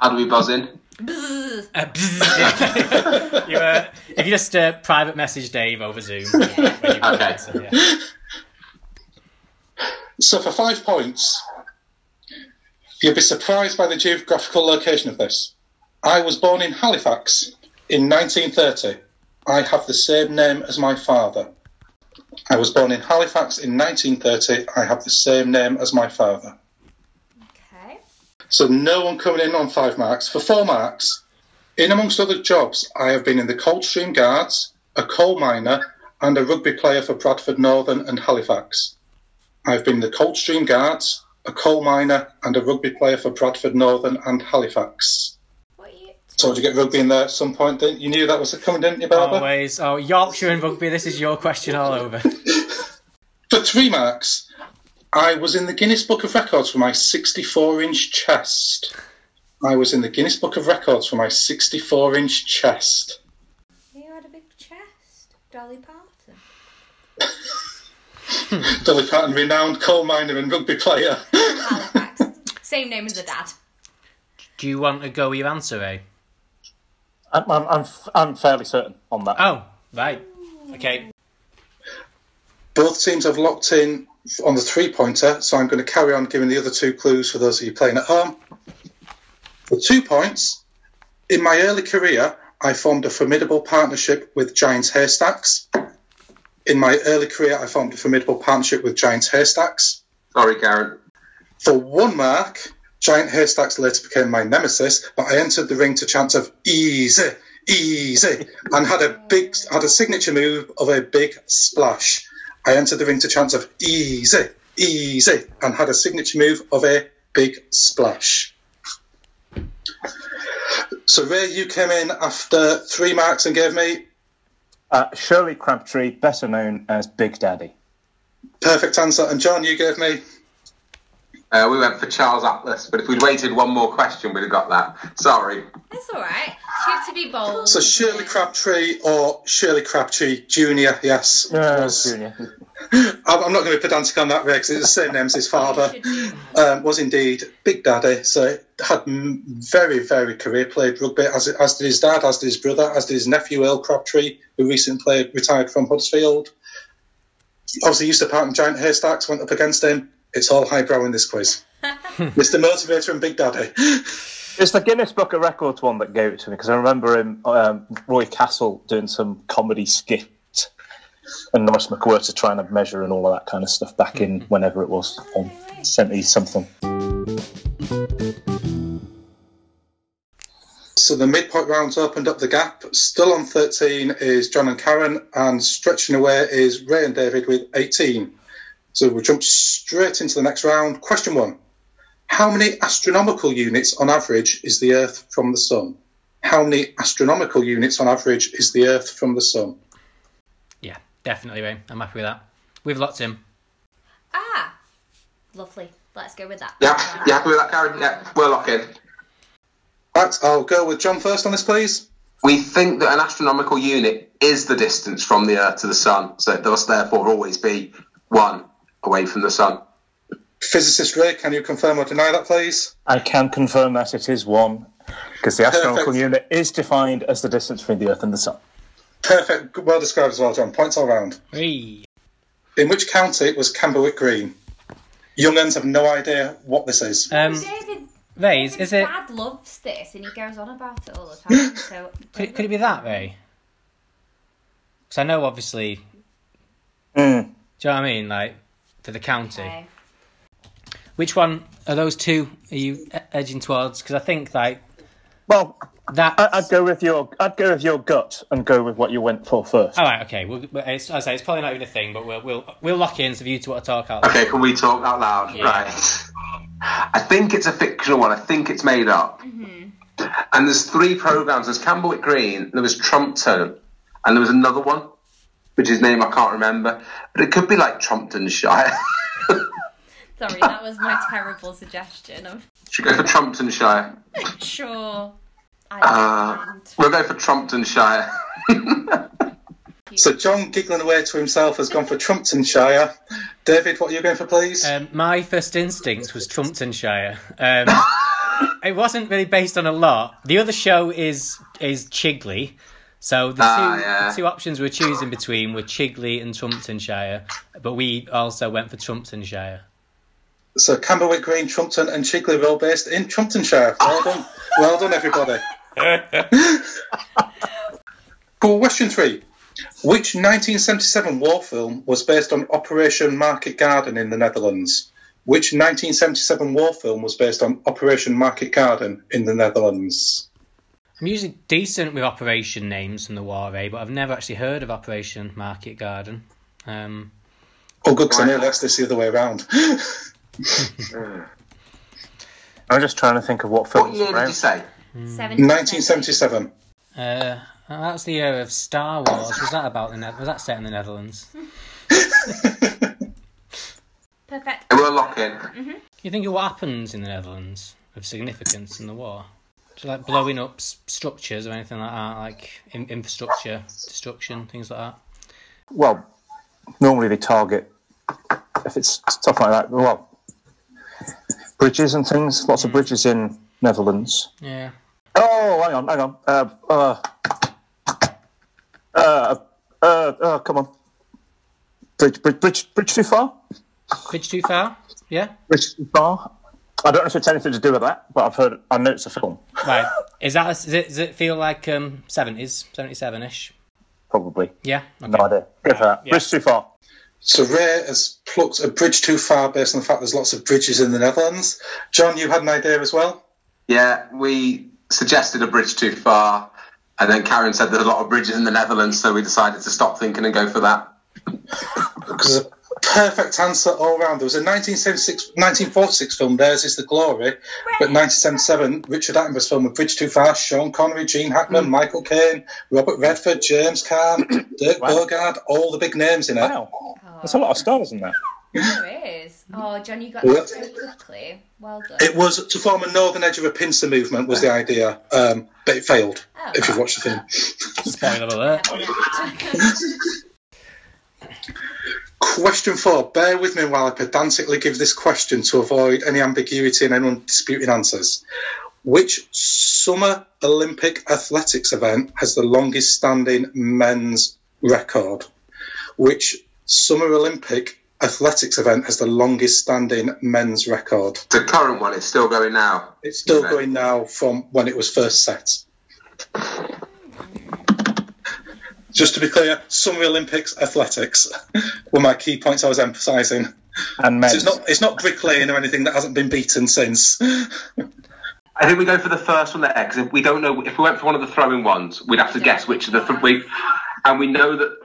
S2: How do we buzz in?
S3: Bzzz.
S1: Uh, bzzz. you, uh, [laughs] if you just uh, private message Dave over Zoom. when you- when you
S2: Okay.
S1: answer, yeah.
S4: So for five points, you'll be surprised by the geographical location of this. I was born in Halifax in 1930. I have the same name as my father. I was born in Halifax in 1930. I have the same name as my father.
S3: Okay.
S4: So no one coming in on five marks. For four marks, in amongst other jobs, I have been in the Coldstream Guards, a coal miner, and a rugby player for Bradford Northern and Halifax. I've been in the Coldstream Guards, a coal miner, and a rugby player for Bradford Northern and Halifax.
S3: What are you?
S4: Told you get rugby in there at some point, didn't you? You knew that was coming, didn't you, Barbara?
S1: Always. Oh, Yorkshire and rugby. This is your question all over.
S4: For three marks, I was in the Guinness Book of Records for my 64 inch chest. I was in the Guinness Book of Records for my 64 inch chest.
S3: You had a big chest, Dolly Parton.
S4: Dolly Parton, renowned coal miner and rugby player.
S3: Halifax. Same name as the dad.
S1: Do you want to go with your answer, eh?
S5: I'm, I'm, I'm, f- I'm fairly certain on
S4: Uh,
S5: that.
S1: Oh, right. Okay.
S4: Both teams have locked in on the three pointer, so I'm going to carry on giving the other two clues for those of you playing at home. For two points, in my early career, I formed a formidable partnership with Giants Hairstacks. In my early career, I formed a formidable partnership with Giants Hairstacks.
S2: Sorry, Karen.
S4: For one mark, Giant Hairstacks later became my nemesis, but I entered the ring to chants of easy, easy, and had a big had a signature move of a big splash. I entered the ring to chants of easy, easy, and had a signature move of a big splash. So Ray, you came in after three marks and gave me
S5: Uh, Shirley Crabtree, better known as Big Daddy.
S4: perfect answer, and John, you gave me
S2: Uh, we went for Charles Atlas, but if we'd waited one more question, we'd have got that. Sorry.
S3: It's all right. It's good to be bold.
S4: so Shirley Crabtree or Shirley Crabtree Junior. Yes, was-
S5: Junior.
S4: I'm I'm not going to be pedantic on that, Ray, 'cause it's the
S3: [laughs]
S4: same name as his
S3: You
S4: father.
S3: should do.
S4: Um, was indeed Big Daddy, so had m- very varied career. Played rugby as as did his dad, as did his brother, as did his nephew Earl Crabtree, who recently played, retired from Huddersfield. Obviously, used to part in giant haystacks. Went up against him. It's all highbrow in this
S3: [laughs]
S4: quiz. Mr. Motivator and Big Daddy.
S5: It's the Guinness Book of Records one that gave it to me because I remember him, um, Roy Castle, doing some comedy skit, and Norris McWhirter trying to measure and all of that kind of stuff back in
S4: Mm-hmm.
S5: whenever it was, um, seventy something.
S4: So the midpoint rounds opened up the gap. Still on 13 is John and Karen, and stretching away is Ray and David with 18. So we'll jump straight into the next round. Question one How many astronomical units on average is the Earth from the Sun? How many astronomical units on average is the Earth from the Sun?
S1: Yeah, definitely, Ray. I'm happy with that. We've locked him.
S3: Ah, lovely. Let's go with that.
S2: Yeah, you happy with that, Karen? Yeah, we're locking.
S4: Right, I'll go with John first on this, please.
S2: We think that an astronomical unit is the distance from the Earth to the Sun, so it must therefore always be one away from the Sun.
S4: Physicist Ray, can you confirm or deny that, please?
S5: I can confirm that it is one because the astronomical
S4: Perfect.
S5: unit is defined as the distance between the Earth and the Sun.
S4: Perfect. Well described as well, John. Points all round.
S1: Hey.
S4: In which county was Camberwick Green? Young uns have no idea what this is.
S1: Um,
S3: David,
S1: Ray, is,
S3: David's
S1: is it?
S3: dad loves this and he goes on about it all
S1: [laughs]
S3: the time. So
S1: Could it, could it be that, Ray? Because I know, obviously.
S5: Mm.
S1: Do you know what I mean? Like, for the county.
S3: Okay.
S1: Which one are those two? Are you e- edging towards? Because I think like
S5: Well,
S1: that.
S5: I, I'd go with your I'd go with your gut and go with what you went for first.
S1: All right, okay. We'll, we'll- it's, as I say it's probably not even a thing, but we'll we'll we'll lock in. So if you two want to talk out,
S2: Okay, can we talk out loud? Right. I think it's a fictional one. I think it's made up. And there's three programs. There's Campbell Green. There was Trompton, and there was another one, which is name I can't remember. But it could be like [laughs] Tromptonshire.
S3: Sorry,
S1: [laughs]
S3: that was my terrible suggestion. I'm
S2: Should go for Tromptonshire.
S3: sure. I
S2: Uh,
S3: don't
S2: We'll go for Tromptonshire.
S4: So John giggling away to himself has gone for Trumptonshire. David, what are you going for, please?
S1: Um, my first instinct was Trumptonshire. Um,
S2: [laughs]
S1: it wasn't really based on a lot. The other show is is Chigley. So the two,
S2: Ah, yeah.
S1: the two options we're choosing between were Chigley and Trumptonshire, but we also went for Trumptonshire.
S4: so Camberwick Green, Trumpton, and Chigley were all based in Trumptonshire. Well done, well done, everybody. Cool. Question three: Which 1977 war film was based on Operation Market Garden in the Netherlands? Which 1977 war film was based on Operation Market Garden in the Netherlands?
S1: I'm usually decent with operation names from the war, eh? But I've never actually heard of Operation Market Garden. Um,
S4: Oh, good to know. Let's this the other way around.
S5: I'm just trying to think of what
S2: What
S5: films
S2: year
S5: were
S2: did you
S5: out.
S2: say?
S4: 1977.
S1: uh, that was the year of Star Wars. Was that about the ne- was that set in the Netherlands?
S3: Perfect.
S2: We'll lock in.
S1: Do you think of what happens in the Netherlands of significance in the war? So like blowing up s- structures or anything like that, like in- infrastructure destruction, things like that.
S5: Well, normally they target if it's stuff like that. Well, bridges and things.
S2: Mm.
S5: Lots of bridges in Netherlands.
S1: Yeah.
S5: Oh, hang on, hang on. Uh, uh, uh, uh, uh, come on. Bridge, bridge, bridge, bridge too far.
S1: Bridge too far? Yeah.
S5: Bridge too far. I don't know if it's anything to do with that, but I've heard. I know it's a film,
S1: Right. Is that is it, does it feel like um seventies, seventy seven ish?
S5: probably.
S1: Yeah. Okay.
S5: No idea. Good for that. Bridge too far.
S4: So Ray has plucked a bridge too far based on the fact there's lots of bridges in the Netherlands. John, you had an idea as well?
S2: Yeah, we suggested a bridge too far, and then Karen said there's a lot of bridges in the Netherlands, so we decided to stop thinking and go for that.
S4: Because a perfect answer all round. There was a 1976, 1946 film, Theirs is the Glory, but 1977, Richard Attenborough's film, A Bridge Too Far, Sean Connery, Gene Hackman, Michael Caine, Robert Redford, James Caan, Dirk Bogarde, all the big names in it.
S5: Wow, there's a lot of stars in there.
S3: There is.
S1: Mm.
S3: Oh, John, you got
S4: Well-
S3: that very quickly. Well done.
S4: It was to form a northern edge of a pincer movement was the idea, um, but it failed,
S3: Oh.
S4: if you've watched the film.
S1: Spoiler alert.
S4: Question four. Bear with me while I pedantically give this question to avoid any ambiguity and anyone disputing answers. Which Summer Olympic athletics event has the longest standing men's record? Which Summer Olympic athletics event has the longest standing men's record?
S2: The current one is still going now.
S4: It's still going now from when it was first set. Just to be clear, Summer Olympics athletics were my key points I was emphasising.
S5: And men.
S4: So it's not it's not bricklaying or anything that hasn't been beaten since.
S2: I think we go for the first one there because if we don't know, if we went for one of the throwing ones, we'd have to guess which of the th- we, and we know that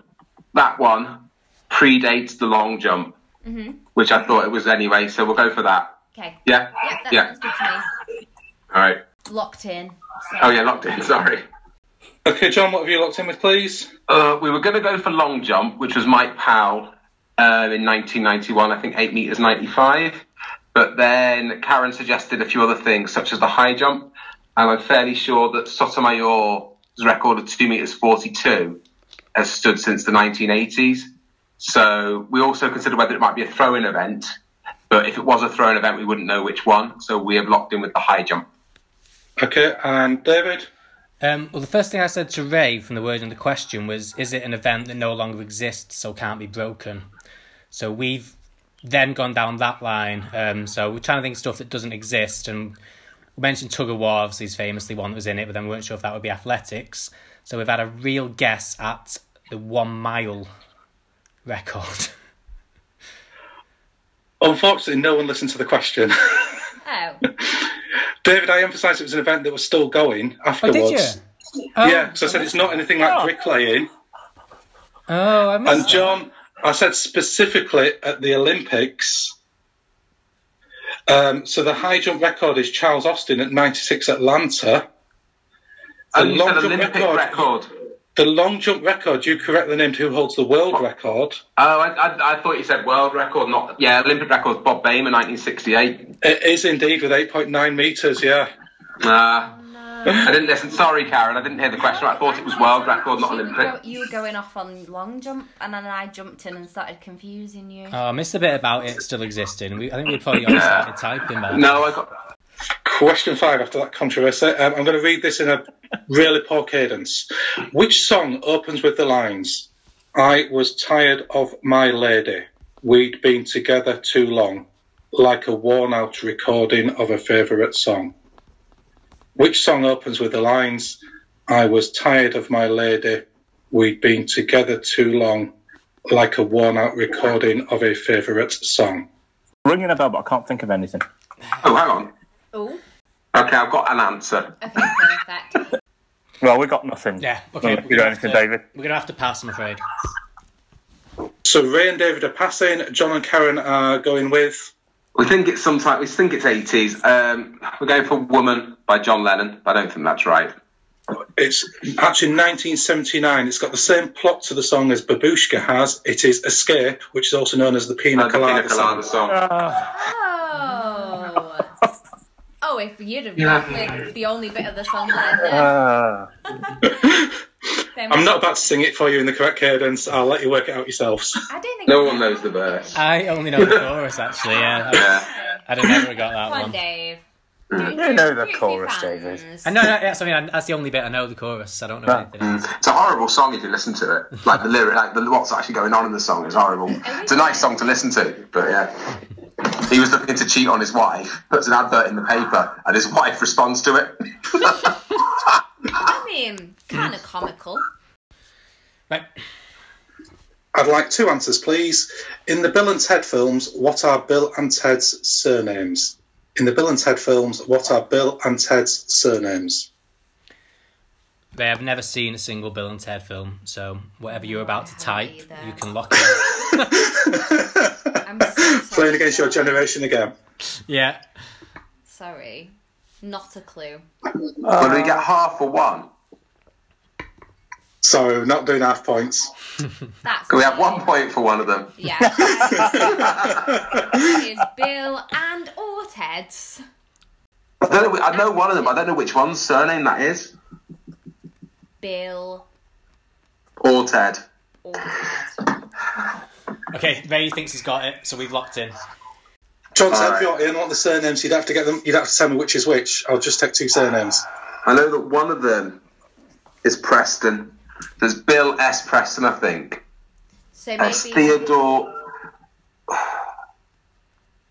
S2: that one predates the long jump,
S3: Mm-hmm.
S2: which I thought it was anyway. So we'll go for that.
S3: okay.
S2: Yeah.
S3: Yep, that
S2: Yeah.
S3: sounds good to
S2: All right.
S3: me. Locked in. So-
S2: Oh yeah, locked in. [laughs] Sorry.
S4: Okay, John, what have you locked in with, please?
S2: Uh, we were going to go for long jump, which was Mike Powell um, in 1991, I think 8 metres 95. But then Karen suggested a few other things, such as the high jump. And I'm fairly sure that Sotomayor's record of 2 metres 42 has stood since the 1980s. So we also considered whether it might be a throw-in event. But if it was a throw-in event, we wouldn't know which one. So we have locked in with the high jump.
S4: Okay, and David.
S1: Um, well, the first thing I said to Ray from the wording of the question was, "Is it an event that no longer exists, so can't be broken?" So we've then gone down that line. Um, so we're trying to think of stuff that doesn't exist, and we mentioned tug of war. Obviously, is famously one that was in it, but then we weren't sure if that would be athletics. So we've had a real guess at the one mile record.
S4: Unfortunately, no one listened to the [laughs] question.
S3: Oh.
S4: David, I emphasised it was an event that was still going
S1: Oh,
S4: afterwards.
S1: did you? Oh,
S4: Yeah, so I said it's not anything like bricklaying.
S1: Oh, I
S4: And
S1: missed.
S4: John, I said specifically at the Olympics. Um, so the high jump record is Charles Austin at 96 Atlanta. The
S2: And you said
S4: long jump
S2: Olympic
S4: record.
S2: record.
S4: The long jump record, you correctly named who holds the world record.
S2: Oh, I, I, I thought you said world record, not yeah, Olympic records. Bob Bamer, 1968.
S4: It is indeed with 8.9 metres, yeah.
S2: Uh,
S3: No.
S2: I didn't listen. Sorry, Karen. I didn't hear the question. I thought it was world record, not
S3: You were
S2: Olympic.
S3: go- You were going off on long jump, and then I jumped in and started confusing you.
S1: Oh, I missed a bit about it still existing. We, I think we probably all started typing that.
S2: No, I got.
S4: Question five after that controversy. Um, I'm going to read this in a really poor cadence. Which song opens with the lines, I was tired of my lady. We'd been together too long, like a worn out recording of a favourite song. Which song opens with the lines, I was tired of my lady. We'd been together too long, like a worn out recording of a favourite song.
S5: Ringing a bell, but I can't think of anything.
S2: Oh, hang on.
S3: Oh,
S2: Okay, I've got an answer.
S3: okay, perfect.
S5: Well, we got nothing.
S1: Yeah,
S5: Well,
S1: okay.
S5: you got anything, David?
S1: We're going to have to pass, I'm afraid.
S4: So Ray and David are passing. John and Karen are going with.
S2: We think it's sometime. We think it's eighties. Um, we're going for "Woman" by John Lennon. but I don't think that's right.
S4: It's actually 1979. It's got the same plot to the song as Babushka has. It is Escape, which is also known as the Pina
S2: Uh, The Pina
S4: Colada
S2: Colada
S4: song.
S2: song.
S3: Oh. Oh, if you'd have
S2: Yeah.
S3: gone with the only bit of the song that I
S5: Uh,
S3: did,
S4: I'm not about to sing it for you in the correct cadence. I'll let you work it out yourselves.
S3: I don't think
S2: No
S3: I-
S2: one knows the verse.
S1: I only know the chorus, actually. Yeah, I,
S2: Yeah.
S1: I don't know where I got that
S3: Come on,
S1: one.
S3: Dave.
S5: you know the chorus, David.
S1: I know that, that's, I mean, I- that's the only bit I know the chorus. I don't know
S5: Yeah.
S1: anything else.
S2: It's a horrible song if you listen to it. Like the lyric, like the, what's actually going on in the song is horrible. It's a nice song to listen to, but yeah. He was looking to cheat on his wife, puts an advert in the paper, and his wife responds to it.
S3: I mean, kind of comical.
S1: Right.
S4: I'd like two answers, please. In the Bill and Ted films, what are Bill and Ted's surnames? In the Bill and Ted films, what are Bill and Ted's surnames?
S1: They have never seen a single Bill and Ted film, so whatever you're about to type,
S3: haven't either.
S1: you can lock it.
S3: I'm so
S4: Playing
S3: sorry,
S4: against your
S3: John.
S4: generation again.
S1: [laughs] yeah.
S3: Sorry, not a clue.
S2: Well, we get half for one.
S4: Sorry, we're not doing half points.
S3: That's
S2: Can we have
S3: mean.
S2: one point for one of them?
S3: Yeah. it is Bill and or Ted's.
S2: I don't know. I know one of them. I don't know which one's surname that is.
S3: Bill
S2: Or Ted.
S3: or Ted.
S1: Okay, Ray thinks he's got it, so we've locked in.
S4: John, tell
S2: right.
S4: me what, you know what the surnames. You'd have to get them. You'd have to tell me which is which. I'll just take two surnames.
S2: I know that one of them is Preston. There's Bill S. Preston, I think.
S3: So
S2: There's
S3: maybe
S2: Theodore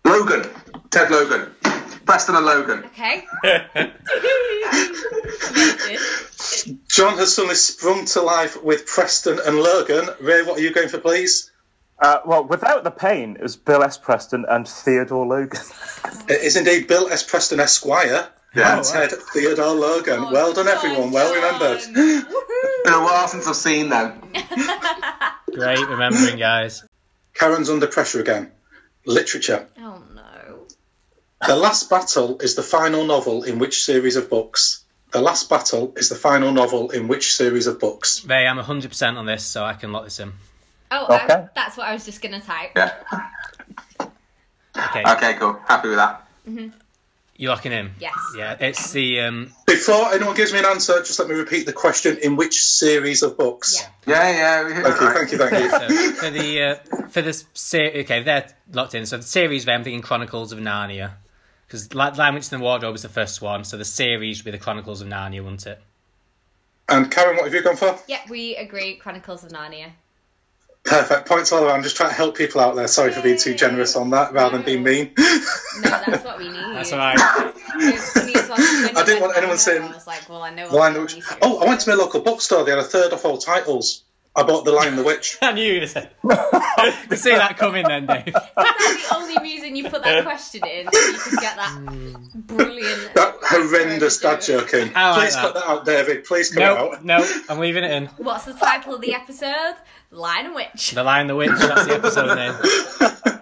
S2: Logan. Ted Logan. Preston and Logan.
S3: Okay. Amazing.
S4: John has suddenly sprung to life with Preston and Logan. Ray, what are you going for, please?
S5: uh, well, without the pain, it was Bill S. Preston and Theodore Logan.
S4: It is indeed Bill S. Preston Esquire.
S2: Yeah.
S4: and Ted Theodore Logan.
S3: Oh,
S4: well done,
S3: John,
S4: everyone. Well remembered.
S3: John.
S2: Been
S3: Woohoo.
S2: a while since I've seen them.
S1: Great remembering, guys.
S4: Karen's under pressure again. Literature.
S3: Oh no.
S4: The Last Battle is the final novel in which series of books? The Last Battle is the final novel in which series of books?
S1: Ray, I'm 100% on this, so I can lock this in.
S3: Oh, I-
S5: Okay.
S3: that's what I was just gonna type.
S2: Yeah.
S1: Okay,
S2: Okay, cool. Happy with that.
S1: you're locking in?
S3: Yes.
S1: Yeah, it's the. um
S4: Before anyone gives me an answer, just let me repeat the question in which series of books?
S3: Yeah.
S2: Yeah, yeah. We hit
S4: Thank
S2: it
S4: you,
S2: right.
S4: thank you,
S1: [laughs]
S4: thank you.
S1: so for the uh, for this series, okay, they're locked in. So the series, I'm thinking Chronicles of Narnia, because Lion Witch in the Wardrobe is the first one. So the series would be the Chronicles of Narnia, wouldn't it?
S4: And Karen, what have you gone for?
S3: Yeah, we agree. Chronicles of Narnia.
S4: Perfect. Points all around. I'm just trying to help people out there. Sorry for being too generous on that rather than being
S1: [laughs]
S4: mean.
S3: No, that's what we need.
S1: That's all right. [laughs]
S3: I
S4: [laughs] I didn't want anyone saying-
S3: I was like, well, I know.
S4: The Lion,
S3: what
S4: the
S3: we
S4: Witch.
S3: need to-
S4: Oh, I went to my local bookstore. They had a third off all titles. I bought The Lion, the [laughs] Witch.
S1: I knew you were [laughs] going to say. we see that coming then, Dave.
S3: That's the only reason you put that question in. so You could get that
S4: [laughs]
S3: brilliant.
S4: That horrendous dad joke in.
S1: I like
S4: Please
S1: that.
S4: cut that out, David. Please cut
S1: No,
S4: [laughs] it out.
S1: no, I'm leaving it in.
S3: What's the title of the episode? Lion and Witch.
S1: The Lion, the Witch. That's the episode name.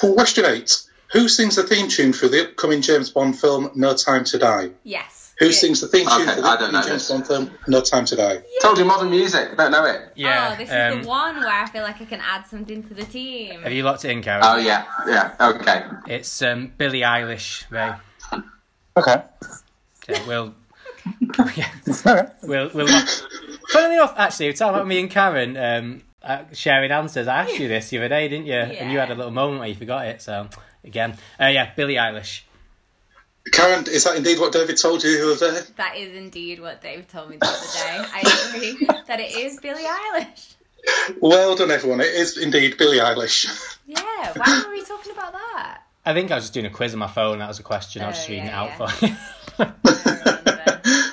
S4: Question eight. Who sings the theme tune for the upcoming James Bond film No Time to Die?
S3: Yes.
S4: Who
S3: Good.
S4: sings the theme tune
S2: Okay,
S4: for the
S2: I don't
S4: upcoming
S2: know
S4: James
S2: this.
S4: Bond film No Time to Die?
S2: Told you modern music. I don't know it.
S1: Yeah.
S3: oh, this
S1: um,
S3: is the one where I feel like I can add something to the team.
S1: Have you locked it in, Karen?
S2: Oh yeah, yeah. Okay.
S1: it's um, Billie Eilish, Ray.
S5: [laughs] okay.
S1: Okay, we'll. yeah, we'll, we'll.
S3: [laughs]
S1: Funnily enough, actually, we were talking about me and Karen um, uh, sharing answers. I asked you this the other day, didn't you? And you had a little moment where you forgot it. So again, uh, yeah, Billie Eilish.
S4: Karen, is that indeed what David told you the other day?
S3: That is indeed what Dave told me the other day. I
S4: [laughs]
S3: agree that it is Billie Eilish.
S4: Well done, everyone. It is indeed Billie Eilish.
S3: Yeah, why were we talking about that?
S1: I think I was just doing a quiz on my phone. That was a question. I was
S3: Oh,
S1: just reading
S3: yeah,
S1: it out for you. [laughs]
S3: I remember.
S4: [laughs]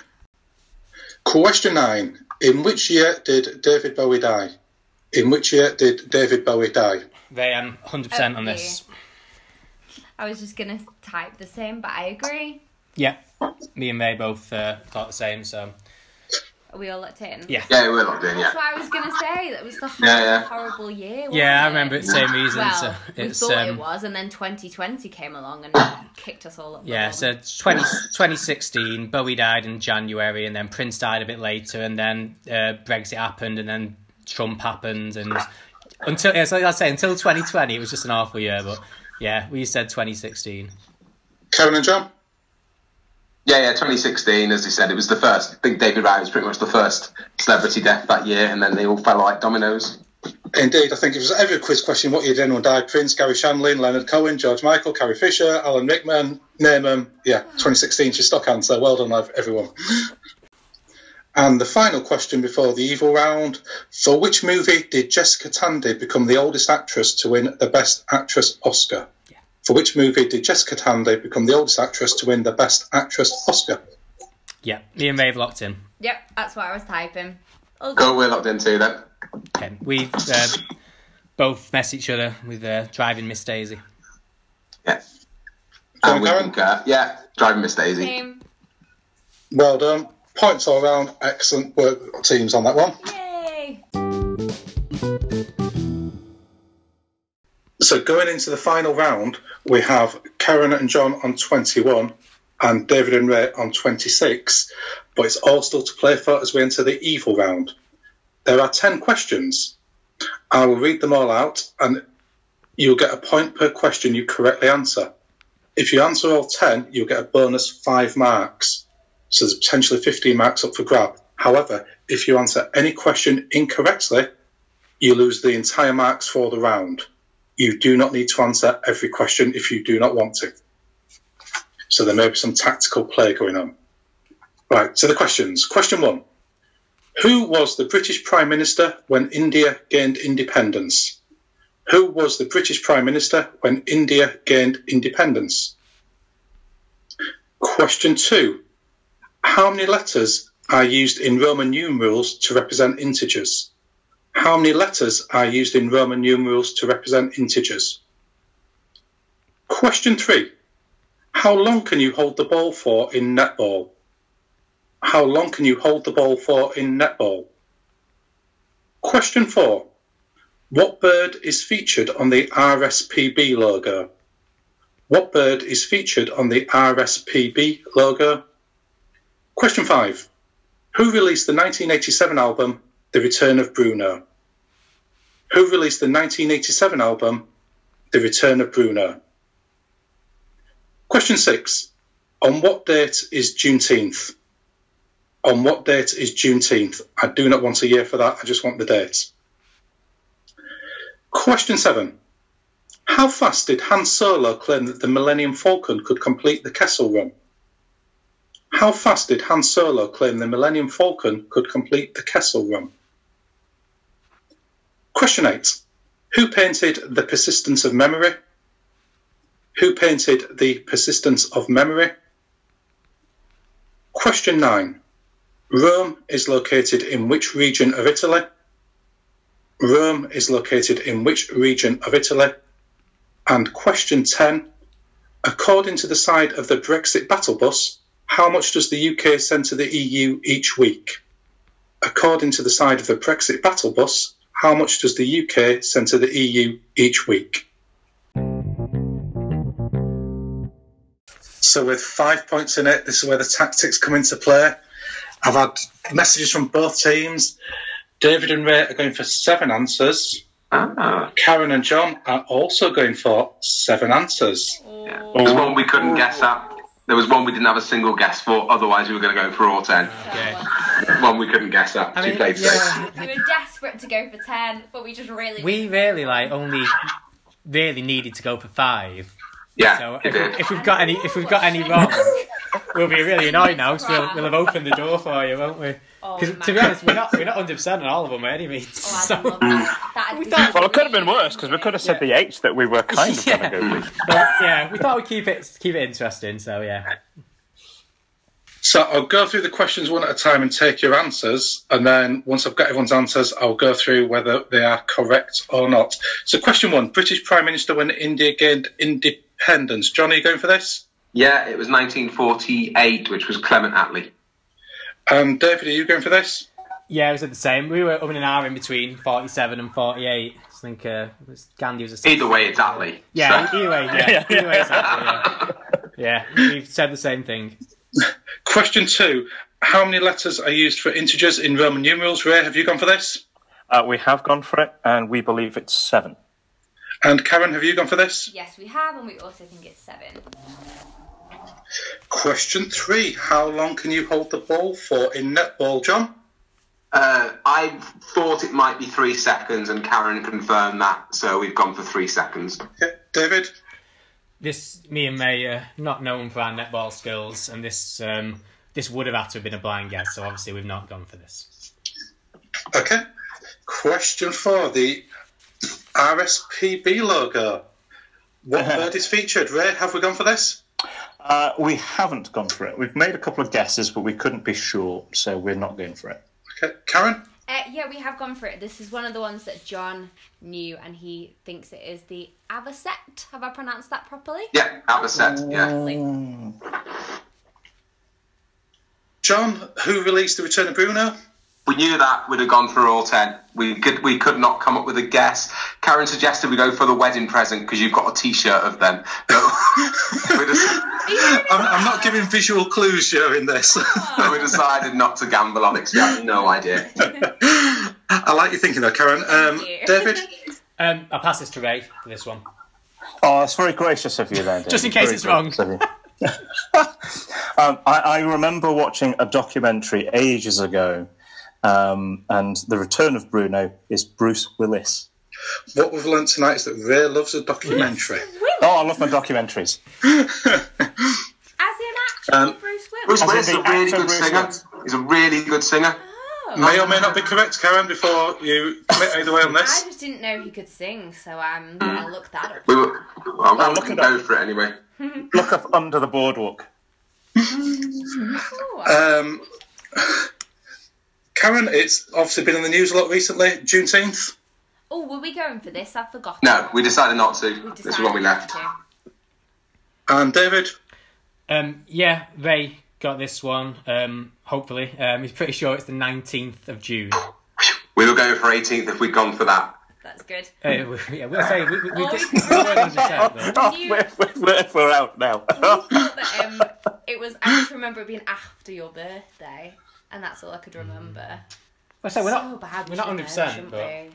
S4: Question nine. In which year did David Bowie die? In which year did David Bowie die?
S1: they am 100% on this.
S3: I was just gonna type the same, but I agree.
S1: Yeah. Me and May both uh, thought the same, so.
S3: Are we all locked in?
S1: Yeah.
S2: Yeah, we're locked in. Yeah.
S3: That's what I was gonna say. That was the whole
S2: Yeah, yeah.
S3: horrible year. wasn't
S1: Yeah, I
S3: it?
S1: remember it, same reason.
S3: Well,
S1: so
S3: we
S1: it's,
S3: thought
S1: um,
S3: it was, and then 2020 came along and kicked us all up. the
S1: Yeah,
S3: bum.
S1: so it's 20, 2016, Bowie died in January, and then Prince died a bit later, and then uh, Brexit happened, and then Trump happened, and until yeah, so like I say, until 2020, it was just an awful year. But yeah, we said 2016.
S4: Karen and John?
S2: Yeah, yeah, 2016, as he said, it was the first. I think David Wright was pretty much the first celebrity death that year, and then they all fell like dominoes.
S4: Indeed, I think it was every quiz question. What year did anyone die? Prince, Gary Shanlin, Leonard Cohen, George Michael, Carrie Fisher, Alan Rickman, name 'em. Yeah, 2016 for stock answer. Well done, ev- everyone. And the final question before the evil round: For which movie did Jessica Tandy become the oldest actress to win the Best Actress Oscar? For which movie did Jessica Tandy become the oldest actress to win the Best Actress Oscar?
S1: Yeah, me and Maeve locked in.
S3: Yep, that's what I was typing. Oh,
S2: Cool, we're locked in too then.
S1: Okay, we uh, both messed each other with uh, driving Miss Daisy.
S2: Yeah.
S4: Sorry,
S2: And Ah, we
S4: Karen?
S2: concur. Yeah, driving Miss Daisy.
S3: Same.
S4: Well done. Points all round. Excellent work, teams, on that one.
S3: Yay!
S4: So going into the final round, we have Karen and John on 21 and David and Ray on 26, but it's all still to play for as we enter the evil round. There are 10 questions. I will read them all out and you'll get a point per question you correctly answer. If you answer all 10, you'll get a bonus 5 marks. So there's potentially 15 marks up for grab. However, if you answer any question incorrectly, you lose the entire marks for the round you do not need to answer every question if you do not want to. So there may be some tactical play going on. Right, so the questions. Question one Who was the British Prime Minister when India gained independence? Who was the British Prime Minister when India gained independence? Question two How many letters are used in Roman numerals to represent integers? How many letters are used in Roman numerals to represent integers? Question three. How long can you hold the ball for in netball? How long can you hold the ball for in netball? Question four. What bird is featured on the RSPB logo? What bird is featured on the RSPB logo? Question five. Who released the 1987 album The Return of Bruno? Who released the 1987 album The Return of Bruno? Question six. On what date is Juneteenth? On what date is Juneteenth? I do not want a year for that, I just want the date. Question seven. How fast did Han Solo claim that the Millennium Falcon could complete the Kessel Run? How fast did Han Solo claim the Millennium Falcon could complete the Kessel Run? Question 8. Who painted The Persistence of Memory? Who painted The Persistence of Memory? Question 9. Rome is located in which region of Italy? Rome is located in which region of Italy? And question 10. According to the side of the Brexit battle bus, how much does the UK send to the EU each week? According to the side of the Brexit battle bus, how much does the UK send to the EU each week? So, with five points in it, this is where the tactics come into play. I've had messages from both teams. David and Ray are going for seven answers.
S2: Ah,
S4: Karen and John are also going for seven answers.
S2: there's one we couldn't guess at. There was one we didn't have a single guess for. Otherwise, we were going to go for all ten.
S1: Okay.
S2: One we couldn't guess at.
S1: I
S2: Two
S1: mean,
S2: played safe.
S1: yeah,
S3: We were desperate to go for 10, but we just really.
S1: we really like only really needed to go for five.
S2: Yeah,
S1: So
S2: it
S1: if, we,
S2: did.
S1: if we've got any, if we've got
S3: Oh,
S1: any wrong, we'll be really annoyed now because we'll, we'll have opened the door for you, won't we?
S3: Oh,
S1: Because to be
S3: man.
S1: honest, we're not we're not hundred percent on all of them by any means.
S3: Oh, I'd
S1: So
S3: love that. That'd be
S1: thought-
S5: Well, it could have been worse because we could have said the eight that we were kind of
S1: Yeah.
S5: going to go with.
S1: but, yeah, we thought we'd keep it keep it interesting. So yeah,
S4: So I'll go through the questions one at a time and take your answers, and then once I've got everyone's answers, I'll go through whether they are correct or not. So question one: British Prime Minister when India gained independence. John, are you going for this?
S2: Yeah, it was 1948, which was Clement Attlee.
S4: Um, David, are you going for this?
S1: yeah, it was the same. We were up in an hour in between forty seven and forty eight. I think uh, it was Gandhi was a
S2: Either way, it's Attlee.
S1: Yeah,
S2: So-
S1: either way, yeah,
S5: Yeah, yeah.
S1: either way, exactly, yeah. yeah, we've said the same thing.
S4: Question two: How many letters are used for integers in Roman numerals? Ray, have you gone for this?
S5: Uh, we have gone for it, and we believe it's seven.
S4: And Karen, have you gone for this?
S3: Yes, we have, and we also think it's 7.
S4: Question three: How long can you hold the ball for in netball, John?
S2: Uh, I thought it might be three seconds, and Karen confirmed that, so we've gone for three seconds.
S4: Yeah, David.
S1: this me and May are not known for our netball skills, and this um, this would have had to have been a blind guess. So obviously we've not gone for this.
S4: Okay. Question four: The RSPB logo. What bird is featured? Ray, have we gone for this?
S5: Uh, we haven't gone for it. We've made a couple of guesses, but we couldn't be sure, so we're not going for it.
S4: Okay, Karen.
S3: Uh, yeah, we have gone for it. This is one of the ones that John knew, and he thinks it is the Avocet. Have I pronounced that properly?
S2: Yeah, out of set.
S1: Oh.
S2: Yeah.
S3: Like,
S4: John, who released the Return of Bruno?
S2: We knew that we'd have gone through all ten. We could we could not come up with a guess. Karen suggested we go for the wedding present because you've got a T-shirt of them. [laughs] So we, just,
S4: I'm, I'm not giving visual clues here in this. [laughs]
S2: we decided not to gamble on it. 'cause we had no idea.
S4: I like you thinking though, Karen. Um,
S3: you. [laughs]
S4: David.
S1: Um, I'll pass this to Ray for this one.
S5: Oh, that's very gracious of you, then.
S1: Just in case it's wrong.
S5: [laughs] um, I, I remember watching a documentary ages ago, um, and the return of Bruno is Bruce Willis.
S4: What we've learned tonight is that Ray loves a documentary.
S5: Oh, I love my documentaries.
S3: As in actually
S4: Um,
S3: Bruce Willis.
S2: Bruce Willis is a
S5: the
S2: really
S5: actor
S2: good
S5: Bruce
S2: singer.
S5: Willis.
S2: He's a really good singer.
S3: Oh,
S4: may or may not be correct, Karen, before you commit either way on
S3: I
S4: this.
S3: just didn't know he could sing, so I'm gonna look that up.
S2: We were. Well, I'm
S5: Oh, look
S2: going to
S5: it
S2: go
S5: up.
S2: for it anyway.
S5: Look up under the boardwalk. [laughs]
S3: Oh,
S4: Um, [laughs] Karen, it's obviously been in the news a lot recently. Juneteenth.
S3: oh, were we going for this? I've forgotten.
S2: No, we decided not to.
S3: We
S2: this is when we
S3: decided
S2: left.
S3: not
S4: And David,
S1: Um, yeah, Ray got this one. Um, hopefully, um, he's pretty sure it's the nineteenth of June. Uh,
S2: We were going for 18th if we'd gone for that.
S3: to. That's good.
S1: Uh, we- yeah, we'll say we, we, we
S3: Oh,
S1: did.
S3: we-
S1: [laughs] we were 100%, though.
S5: Oh, we're, we're, we're out now. [laughs]
S3: We thought that um, it was. I just remember it being after your birthday, and that's all I could remember.
S1: We'll say Mm. we're
S3: so
S1: not.
S3: bad. we
S1: we're not
S3: shouldn't
S1: 100%,
S3: know, shouldn't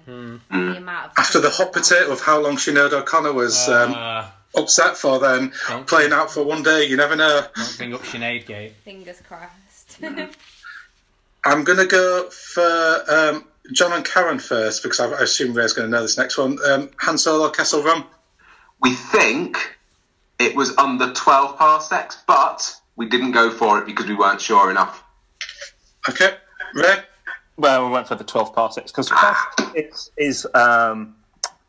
S1: but- hmm.
S3: we? The amount of
S4: after the hot potato of how long Sinead O'Connor was um,
S1: Uh,
S4: upset for, then
S1: don't-
S4: playing out for one day, you never know.
S1: don't bring up Sinead Gate.
S3: Fingers crossed.
S4: I'm going to go for um, John and Karen first because I, I assume Ray's going to know this next one. Um, Han Solo, Castle Run.
S2: We think it was under 12 parsecs, but we didn't go for it because we weren't sure enough.
S4: Okay, Ray.
S5: Well, we went for the 12 parsecs because parsecs is, is um,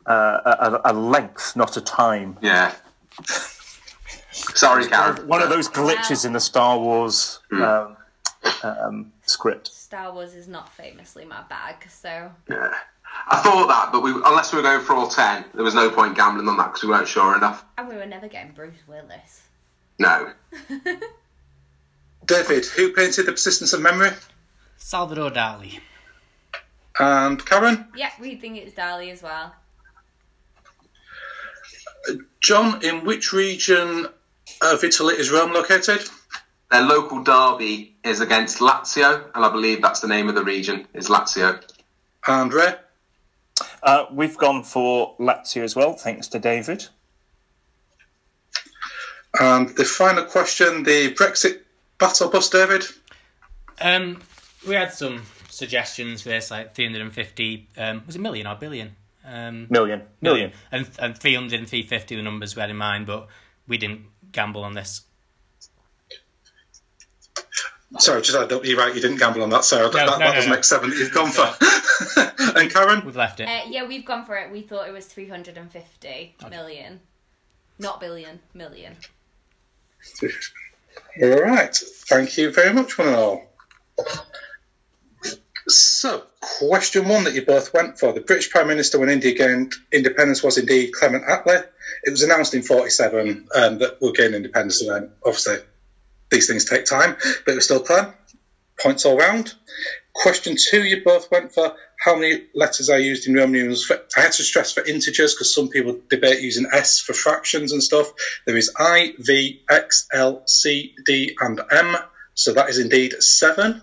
S5: uh, a, a- a length, not a time. [laughs]
S2: Yeah. Sorry, Karen.
S5: One of those glitches in the Star Wars um, um, script.
S3: [laughs] Star Wars is not famously my bag, so
S2: Yeah. I thought that, but we, unless we were going for all 10, there was no point gambling on that because we weren't sure enough.
S3: and we were never getting Bruce Willis.
S2: No.
S4: David, who painted The Persistence of Memory?
S1: Salvador Dali.
S4: And Karen?
S3: Yeah, we think it's Dali as well.
S4: John, in which region of Italy is Rome located?
S2: Their local derby is against Lazio, and I believe that's the name of the region, is Lazio.
S4: And Ray?
S5: Uh, we've gone for Lazio as well, thanks to David.
S4: And the final question, the Brexit battle bus, David.
S1: Um, we had some suggestions for this, like 350, um, was it million or billion? Um,
S5: Million. Million.
S1: And, and 300 and 350 the numbers we had in mind, but we didn't gamble on this.
S4: Sorry, just add up. You're right. You didn't gamble on that, Sarah. that
S1: no,
S4: that, that
S1: no,
S4: was
S1: no.
S4: next seven. You've gone for. [laughs] and Karen,
S1: We've left it.
S3: Uh, yeah, we've gone for it. We thought it was 350 million. Not billion, million.
S4: all right. Thank you very much, one and all. So, question one that you both went for: the British Prime Minister when India gained independence was indeed Clement Attlee. It was announced in '47 um, that we'll gain independence, and then obviously these things take time, but it was still Clem. Points all round. Question two, you both went for how many letters are used in Roman numerals. For, I had to stress for integers because some people debate using S for fractions and stuff. There is I, V, X, L, C, D, and M. So that is indeed seven.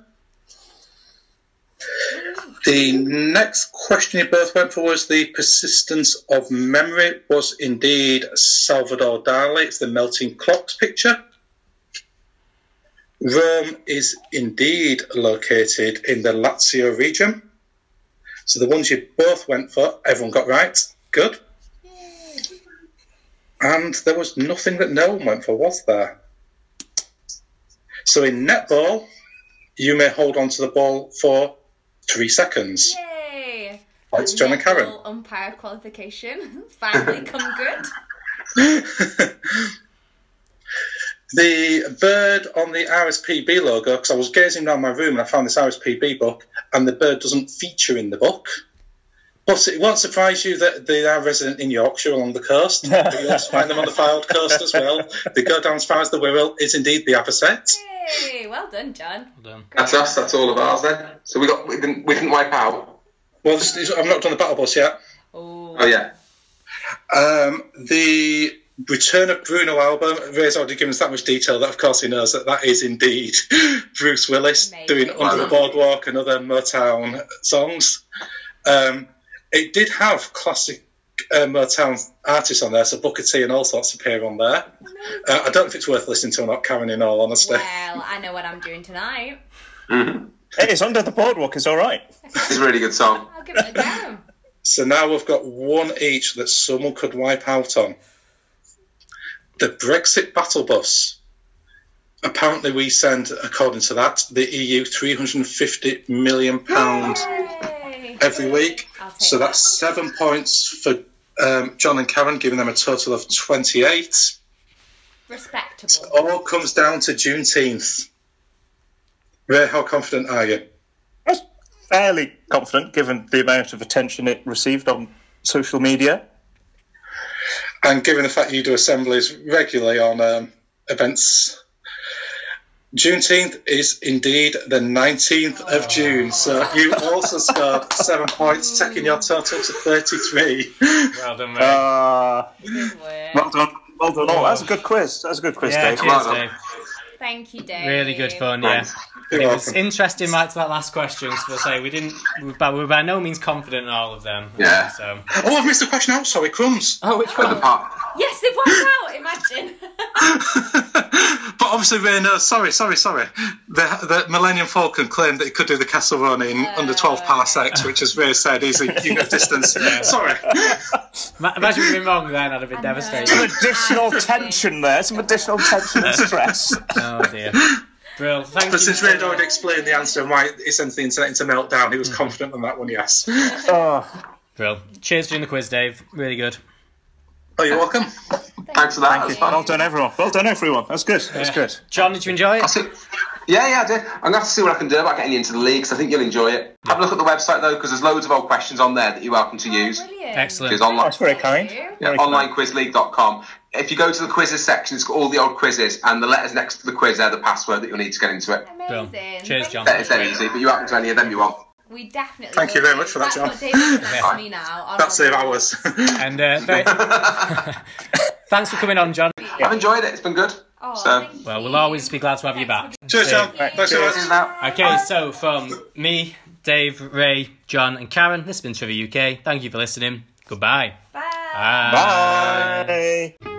S4: The next question you both went for was the persistence of memory was indeed Salvador Dali. It's the melting clocks picture. Rome is indeed located in the Lazio region. So the ones you both went for, everyone got right. Good. And there was nothing that no one went for, was there? So in netball, you may hold on to the ball for three seconds.
S3: Yay!
S4: That's John and Karen.
S3: Netball Umpire qualification. [laughs] Finally come good.
S4: [laughs] the bird on the RSPB logo, because I was gazing around my room and I found this RSPB book, and the bird doesn't feature in the book. But it won't surprise you that they are resident in Yorkshire along the coast. but you also find them on the Fylde coast as well. They go down as far as the Wirral, is indeed the Avocet.
S3: Yay! Well done, John.
S1: Well done.
S2: That's us. That's all of ours then. So we got we didn't, we didn't wipe out.
S4: Well, this is, I've not done the battle bus yet.
S3: Oh,
S2: Oh yeah.
S4: Um, the Return of Bruno album, Ray's already given us that much detail that, of course, he knows that that is indeed [laughs] Bruce Willis
S3: Amazing.
S4: doing Under the Boardwalk and other Motown songs. Um, it did have classic uh, Motown artists on there, so Booker T and all sorts appear on there. Uh, I don't know if it's worth listening to or not, Karen, in all honesty.
S3: well, I know what I'm doing tonight.
S5: It is under the boardwalk. It's all right.
S2: It's a really good song.
S3: I'll give it a go.
S4: So now we've got one each that someone could wipe out on. The Brexit battle bus. Apparently, we send, according to that, the E EU £350 million
S3: Yay!
S4: every week.
S3: I'll take
S4: So
S3: that.
S4: that's seven points for um, John and Karen, giving them a total of 28.
S3: Respectable.
S4: All comes down to Juneteenth. Ray, how confident are you?
S5: I was fairly confident given the amount of attention it received on social media.
S4: And given the fact you do assemblies regularly on um, events, Juneteenth is indeed the 19th of June. So you also scored seven points, taking your total to 33.
S1: Well done,
S5: Uh,
S3: Good work.
S5: well done. Well done. all. that's a good quiz. That's a good quiz,
S1: yeah,
S5: Dave.
S2: come on.
S1: cheers, Dave.
S3: Thank you, Dave.
S1: Really good fun, yeah.
S2: Thanks.
S4: You're
S1: It was
S4: welcome.
S1: interesting, right to that last question. So we'll say we didn't, we were by, we were by no means confident in all of them.
S2: Yeah.
S1: So,
S4: Oh, I've missed the question out. Sorry, crumbs.
S1: oh, which
S2: At the
S1: one?
S2: park.
S3: Yes, it worked out. Imagine.
S4: [laughs]
S3: [laughs]
S4: but obviously, Ray knows. Sorry, sorry, sorry. The, the Millennium Falcon claimed that it could do the Castlevania in under 12 parsecs, which, as Ray said, is a unit
S1: [laughs]
S4: of distance. Sorry.
S1: Ma- Imagine we'd been wrong then, I'd have been
S3: I
S1: devastated.
S3: know.
S5: Some additional tension there. Some additional tension and [laughs] stress.
S1: Oh
S4: [laughs]
S1: dear. Brill. Thank you.
S4: But since Red already explained the answer and why it sends the internet into meltdown, he was confident on that one, yes. Oh,
S5: Oh,
S1: Brill. Cheers for doing the quiz, Dave. Really good.
S4: Oh, you're welcome.
S2: Thanks for that. That was fun.
S5: well done, everyone. Well done, everyone. That's good. That's good.
S1: John, did you enjoy it?
S2: I think- Yeah, yeah, I did. I'm gonna have to see what I can do about getting you into the league 'cause I think you'll enjoy it. Have a look at the website though, because there's loads of old questions on there that you're welcome to use.
S3: Oh, Brilliant.
S1: Excellent.
S2: It's online.
S5: Oh, That's very kind.
S3: Thank
S2: Yeah,
S5: Very kind.
S2: onlinequizleague.com. If you go to the quizzes section, it's got all the old quizzes, and the letters next to the quiz are the password that you'll need to get into it.
S3: Amazing.
S1: Cheers,
S3: Thank
S1: John.
S2: That is
S3: you.
S2: dead easy, but you happen to any of them you want.
S3: We definitely.
S4: Thank you
S3: will
S4: very
S3: do.
S4: much for that,
S3: That's
S4: John.
S3: What David's gonna ask me now. I'll
S4: That saved
S3: remember.
S4: ours.
S1: And uh,
S4: [laughs]
S1: very... thanks for coming on, John.
S2: I've enjoyed it. It's been good.
S3: Oh,
S2: So-
S3: thank
S1: Well, we'll
S3: you.
S1: always be glad to have you back.
S4: Cheers, John.
S1: Cheers.
S4: Thanks so
S2: Cheers
S4: much.
S2: now.
S1: Okay, so from me, Dave, Ray, John, and Karen, this has been Trivia UK. Thank you for listening. Goodbye.
S3: Bye.
S1: Bye.
S5: Bye.